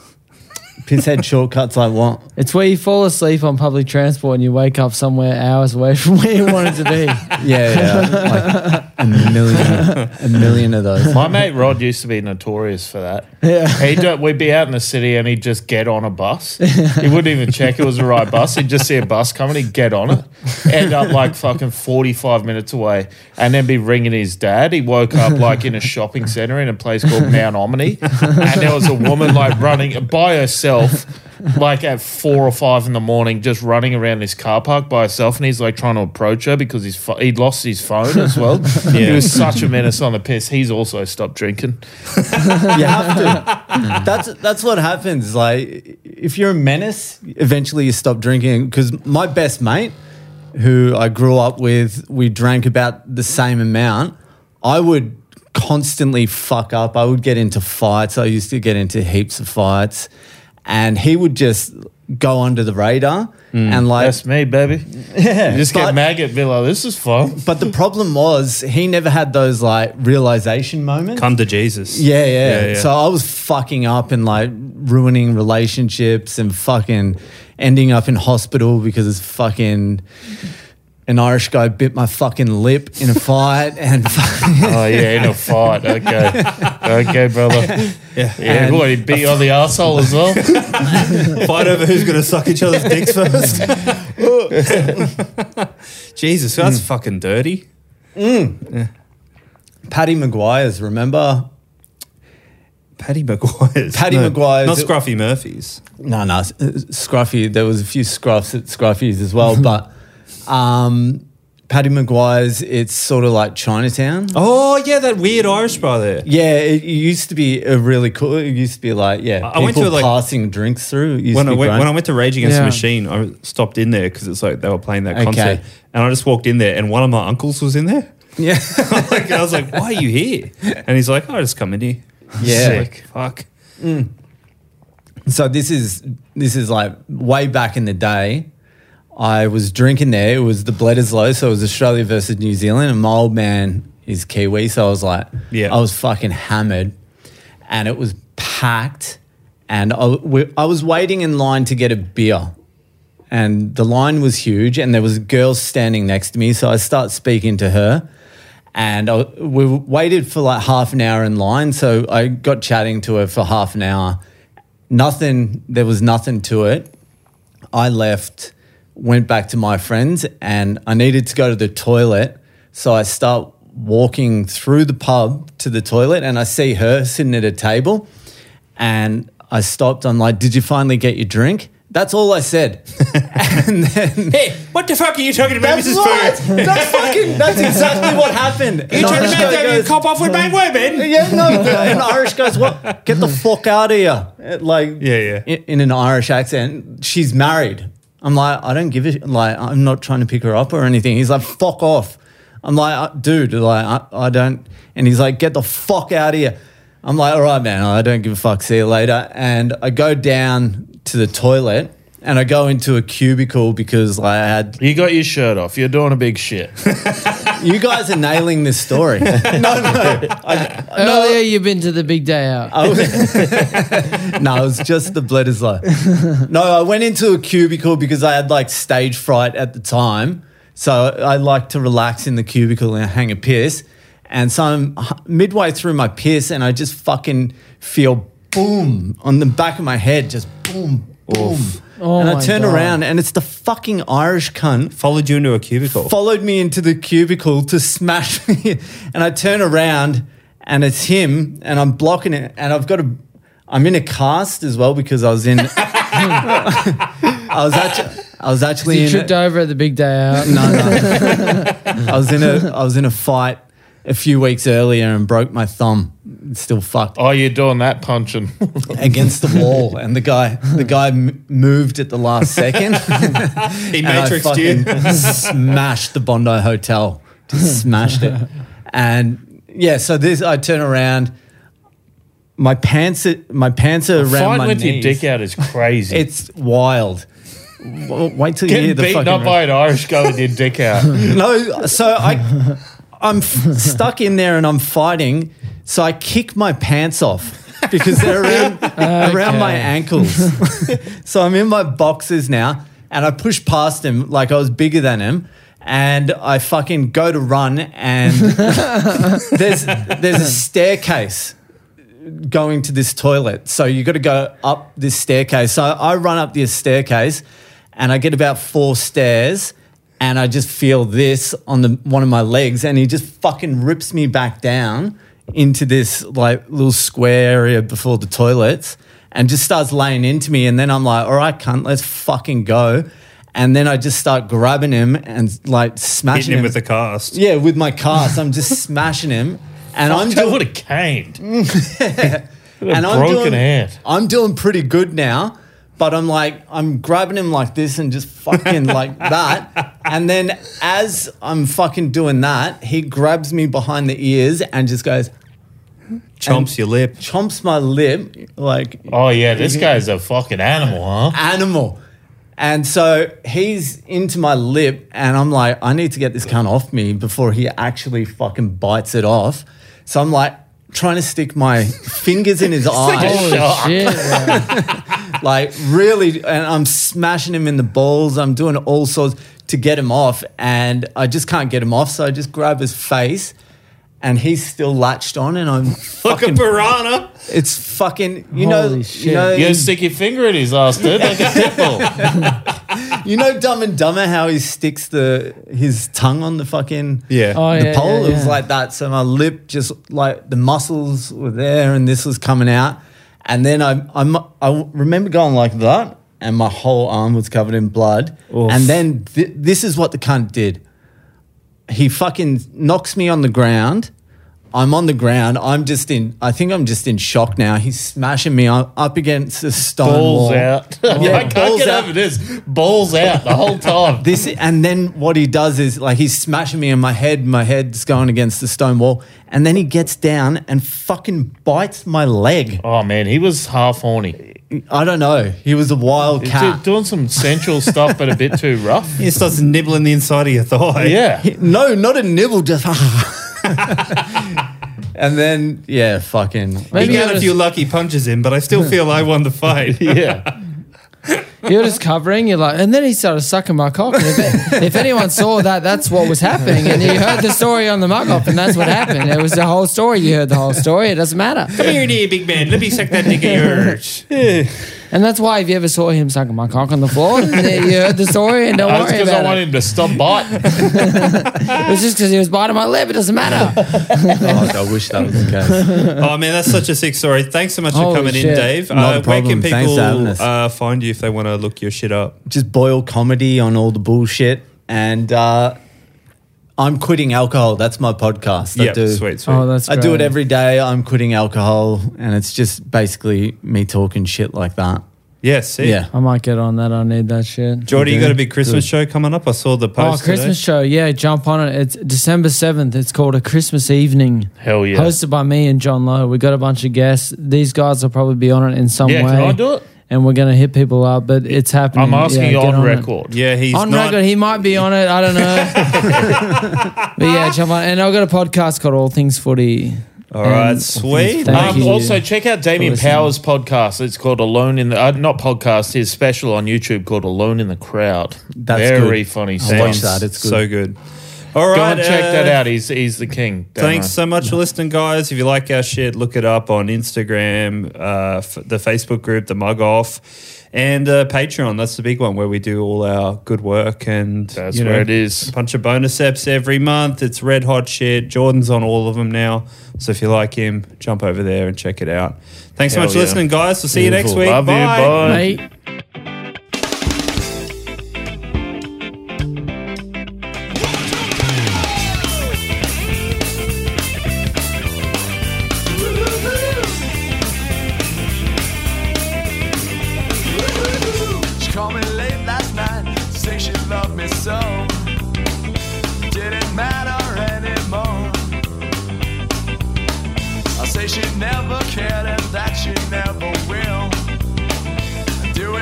I: pisshead shortcuts I want.
H: It's where you fall asleep on public transport and you wake up somewhere hours away from where you wanted to be.
I: Yeah, yeah. like a million, a million of those.
F: My mate Rod used to be notorious for that.
H: Yeah.
F: He'd do, we'd be out in the city and he'd just get on a bus. He wouldn't even check it was the right bus. He'd just see a bus coming, he'd get on it, end up like fucking 45 minutes away, and then be ringing his dad. He woke up like in a shopping center in a place called Mount Omni, and there was a woman like running by herself. Like at four or five in the morning, just running around this car park by herself, and he's like trying to approach her because he's fo- he'd lost his phone as well. He was such a menace on the piss. He's also stopped drinking.
I: You have to. that's that's what happens. Like if you're a menace, eventually you stop drinking. Because my best mate, who I grew up with, we drank about the same amount. I would constantly fuck up. I would get into fights. I used to get into heaps of fights. and he would just go under the radar and like
F: That's me, baby. Mm. You just
I: [LAUGHS] but-
F: get maggot, be like, this is fun.
I: but the problem was he never had those like realization moments.
G: Come to Jesus. [LAUGHS]
I: Yeah, yeah,
G: Yeah, yeah.
I: So I was fucking up and like ruining relationships and fucking ending up in hospital because it's fucking an Irish guy bit my fucking lip in a fight and [LAUGHS] fucking,
F: Oh yeah, in a fight. Okay, okay, brother. Yeah, yeah.
I: And-
F: What he beat you on the asshole as well.
G: Fight over who's going to suck each other's dicks first. [LAUGHS] Jesus, that's fucking dirty.
I: Paddy Maguire's. Remember?
G: Paddy McGuire's.
I: Paddy Maguire's-
G: Not Scruffy Murphy's.
I: No, no, S- uh, Scruffy. There was a few scruffs at Scruffy's as well,
G: [LAUGHS]
I: but um, Paddy Maguire's. It's sort of like Chinatown.
G: Oh, yeah, that weird Irish bar there.
I: Yeah, it used to be a really cool. It used to be like yeah,
G: I- I went
I: people
G: to, like-
I: passing drinks through. It used
G: When
I: to
G: I,
I: be
G: went,
I: great.
G: when I went to Rage Against
H: Yeah.
G: the Machine, I stopped in there because it's like they were playing that
I: Okay.
G: concert. And I just walked in there and one of my uncles was in there. [LAUGHS]
I: yeah, [LAUGHS]
G: like, I was like, why are you here? And he's like, "Oh, I just come in here.
I: yeah.
G: Sick. Fuck.
I: So this is this is like way back in the day. I was drinking there. It was the Bledisloe, so it was Australia versus New Zealand, and my old man is Kiwi, so I was like,
G: Yeah.
I: I was fucking hammered, and it was packed, and I, we, I was waiting in line to get a beer, and the line was huge, and there was a girl standing next to me, so I start speaking to her, and I, we waited for like half an hour in line, so I got chatting to her for half an hour. Nothing, there was nothing to it. I left, went back to my friends, and I needed to go to the toilet. So I start walking through the pub to the toilet, and I see her sitting at a table. And I stopped. I'm like, "Did you finally get your drink?" That's all I said. and then
G: Hey, what the fuck are you talking about,
I: that's right. That's fucking. That's exactly what happened. And Irish guy goes-
G: cop off with my women?
I: yeah, no. An Irish guy's what? Get the fuck out of here! It, Like,
G: Yeah, yeah.
I: In, in an Irish accent, she's married. I'm like, I don't give a sh- like. I'm not trying to pick her up or anything. He's like, fuck off. I'm like, "Uh, dude, like, I, I don't. And he's like, get the fuck out of here. I'm like, all right, man. I don't give a fuck. See you later. And I go down to the toilet and I go into a cubicle because like, I had
F: You got your shirt off. You're doing a big shit.
I: You guys are nailing this
G: [LAUGHS]
I: story. no, no. I,
H: Earlier, you've been to the big day out.
I: I was, no, it was just the Bledisloe. No, I went into a cubicle because I had like stage fright at the time. So I like to relax in the cubicle and hang a piss. And so I'm h- midway through my piss and I just fucking feel boom on the back of my head, just boom, boom.
H: Oh
I: and I
H: my
I: turn
H: God.
I: around and it's the fucking Irish cunt
G: Followed you into a cubicle.
I: followed me into the cubicle to smash me. And I turn around and it's him and I'm blocking it. And I've got a, I'm in a cast as well because I was in, [LAUGHS] I was actually, I was actually
H: You
I: in.
H: tripped
I: a,
H: over at the big day
I: [LAUGHS]
H: out.
I: no, no. I was in a, I was in a fight a few weeks earlier and broke my thumb. It's still fucked
F: Oh, you're doing that punching.
G: Oh.
I: against the wall. And the guy, the guy m- moved at the last second. [LAUGHS]
G: He
I: And I
G: matrixed you.
I: fucking smashed the Bondi Hotel. Just smashed it. And yeah, so this I turn around. My pants are my pants are around
F: Fight
I: my
F: with
I: knees.
F: your dick out is crazy.
I: It's wild. W- Wait till you hear
F: Getting
I: the
F: beaten
I: fucking
F: up by an Irish guy with your dick out.
I: [LAUGHS] no, so I, I'm f- stuck in there and I'm fighting. So I kick my pants off because they're around, around my
H: Okay.
I: ankles. [LAUGHS] so I'm in my boxes now and I push past him like I was bigger than him. And I fucking go to run and [LAUGHS] there's, there's a staircase going to this toilet. So you got to go up this staircase. So I run up this staircase and I get about four stairs and I just feel this on the one of my legs and he just fucking rips me back down into this like little square area before the toilets and just starts laying into me and then I'm like, "All right, cunt, let's fucking go." And then I just start grabbing him and like
G: [LAUGHS]
I: smashing
G: Hitting him with the cast.
I: yeah, with my cast, I'm just [LAUGHS] smashing him, and I'm
F: I
I: doing
F: would have caned.
I: and
F: broken
I: I'm doing,
F: hand.
I: I'm doing pretty good now, but I'm like I'm grabbing him like this and just fucking like that. And then as I'm fucking doing that, he grabs me behind the ears and just goes
G: Chomps your lip.
I: chomps my lip like
F: Oh yeah, this guy's a fucking animal, huh?
I: animal. And so he's into my lip, and I'm like, I need to get this cunt off me before he actually fucking bites it off. So I'm like trying to stick my fingers in his eyes,
H: Shit, bro.
I: like really, and I'm smashing him in the balls. I'm doing all sorts to get him off, and I just can't get him off. So I just grab his face, and he's still latched on, and I'm
G: [LAUGHS] Like a
I: fucking,
G: piranha.
I: it's fucking, you
H: Holy
I: know,
H: shit.
I: you know,
F: You stick your finger in his ass, dude, like a pitbull.
I: You know Dumb and Dumber how he sticks the his tongue on the fucking
G: Yeah.
H: Oh,
I: the
H: yeah,
I: pole?
H: yeah,
I: It was
H: yeah.
I: like that. So my lip just like the muscles were there and this was coming out. And then I I'm, I remember going like that and my whole arm was covered in blood. And then th- this is what the cunt did. He fucking knocks me on the ground. I'm on the ground. I'm just in. I think I'm just in shock now. He's smashing me up up against the stone
F: Balls
I: wall.
F: out. [LAUGHS] I can't
I: balls
F: get
I: out.
F: over this. Balls out the whole time.
I: This and then what he does is like he's smashing me in my head, my head's going against the stone wall, and then he gets down and fucking bites my leg.
F: Oh man, he was half horny.
I: I don't know. He was a wild
F: Dude,
I: cat.
F: doing some sensual stuff, but a bit too rough.
G: He starts nibbling the inside of your thigh.
F: Yeah.
I: No, not a nibble, just ah. [LAUGHS] And then yeah, fucking
G: He
H: Maybe
G: got
H: you're
G: a few
H: [LAUGHS] just,
G: lucky punches in, but I still feel I won the
I: [LAUGHS]
G: fight.
F: Yeah.
H: you're just covering. You're like, and then he started sucking my cock. And If, if anyone saw that, that's what was happening. And you heard the story on the mug off, and that's what happened. It was the whole story. You heard the whole story. It doesn't matter.
G: Come here, dear big man. Let me suck that dick of [LAUGHS] yours.
H: And that's why if you ever saw him sucking my cock on the floor, then you heard the story, and don't
F: That's
H: worry
F: because I
H: about
F: want
H: it.
F: him to stop biting.
H: It was just because he was biting my lip. It doesn't matter.
I: Oh, I wish that was the case.
G: oh man, that's such a sick story. Thanks so much
H: Holy
G: for coming in,
H: shit.
G: Dave. Uh,
I: Not a
G: where can
I: problem. Thanks
G: people
I: for having us.
G: uh, find you if they want to look your shit up?
I: Just boil comedy on all the bullshit and uh I'm quitting alcohol. That's my podcast. I
G: Yeah,
I: do.
G: sweet, sweet.
H: Oh, that's
I: I do it
H: great.
I: every day. I'm quitting alcohol, and it's just basically me talking shit like that.
G: yeah, sick.
I: Yeah.
H: I might get on that. I need that shit.
G: Jordy, you got a big Christmas show coming up. I saw the
H: Oh,
G: post.
H: Christmas
G: today.
H: show. Yeah, jump on it. It's December 7th. It's called A Christmas Evening.
F: Hell yeah.
H: Hosted by me and John Lowe. We got a bunch of guests. These guys will probably be on it in some
F: Yeah,
H: way.
F: can I do it?
H: And we're going to hit people up, but it's happening.
F: I'm asking
H: Mm, Yeah,
F: you
H: get
F: on,
H: it.
F: record.
G: Yeah, he's
H: on
G: not.
H: record, he might be on it. I don't know. but
F: [LAUGHS]
H: yeah, jump on. And I've got a podcast called All Things Footy.
G: All right,
H: And-
G: sweet.
H: Thank
G: Um,
H: you.
F: Um, also, check out Damien
H: listening.
F: Powers' podcast. It's called Alone in the uh, not podcast. His special on YouTube called Alone in the Crowd.
I: That's
F: very
I: good.
F: funny.
I: I'll watch
F: sounds.
I: that. It's good.
G: So good. All right.
F: Go and check
G: uh,
F: that out. He's he's the king. Damo.
G: Thanks so much for listening, guys. If you like our shit, look it up on Instagram, uh, f- the Facebook group, the Mug Off, and uh, Patreon. That's the big one where we do all our good work and
F: That's where it is.
G: A bunch of bonus eps every month. It's red hot shit. Jordan's on all of them now. So if you like him, jump over there and check it out. Thanks so
F: Hell
G: much for
F: yeah.
G: listening, guys. We'll see you next
F: Beautiful.
G: week.
F: Love you. Bye.
H: Mate.
B: She called me late last night, say she loved me so. Didn't matter anymore. I say she never cared and that she never will. Do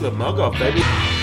D: the mug off, baby.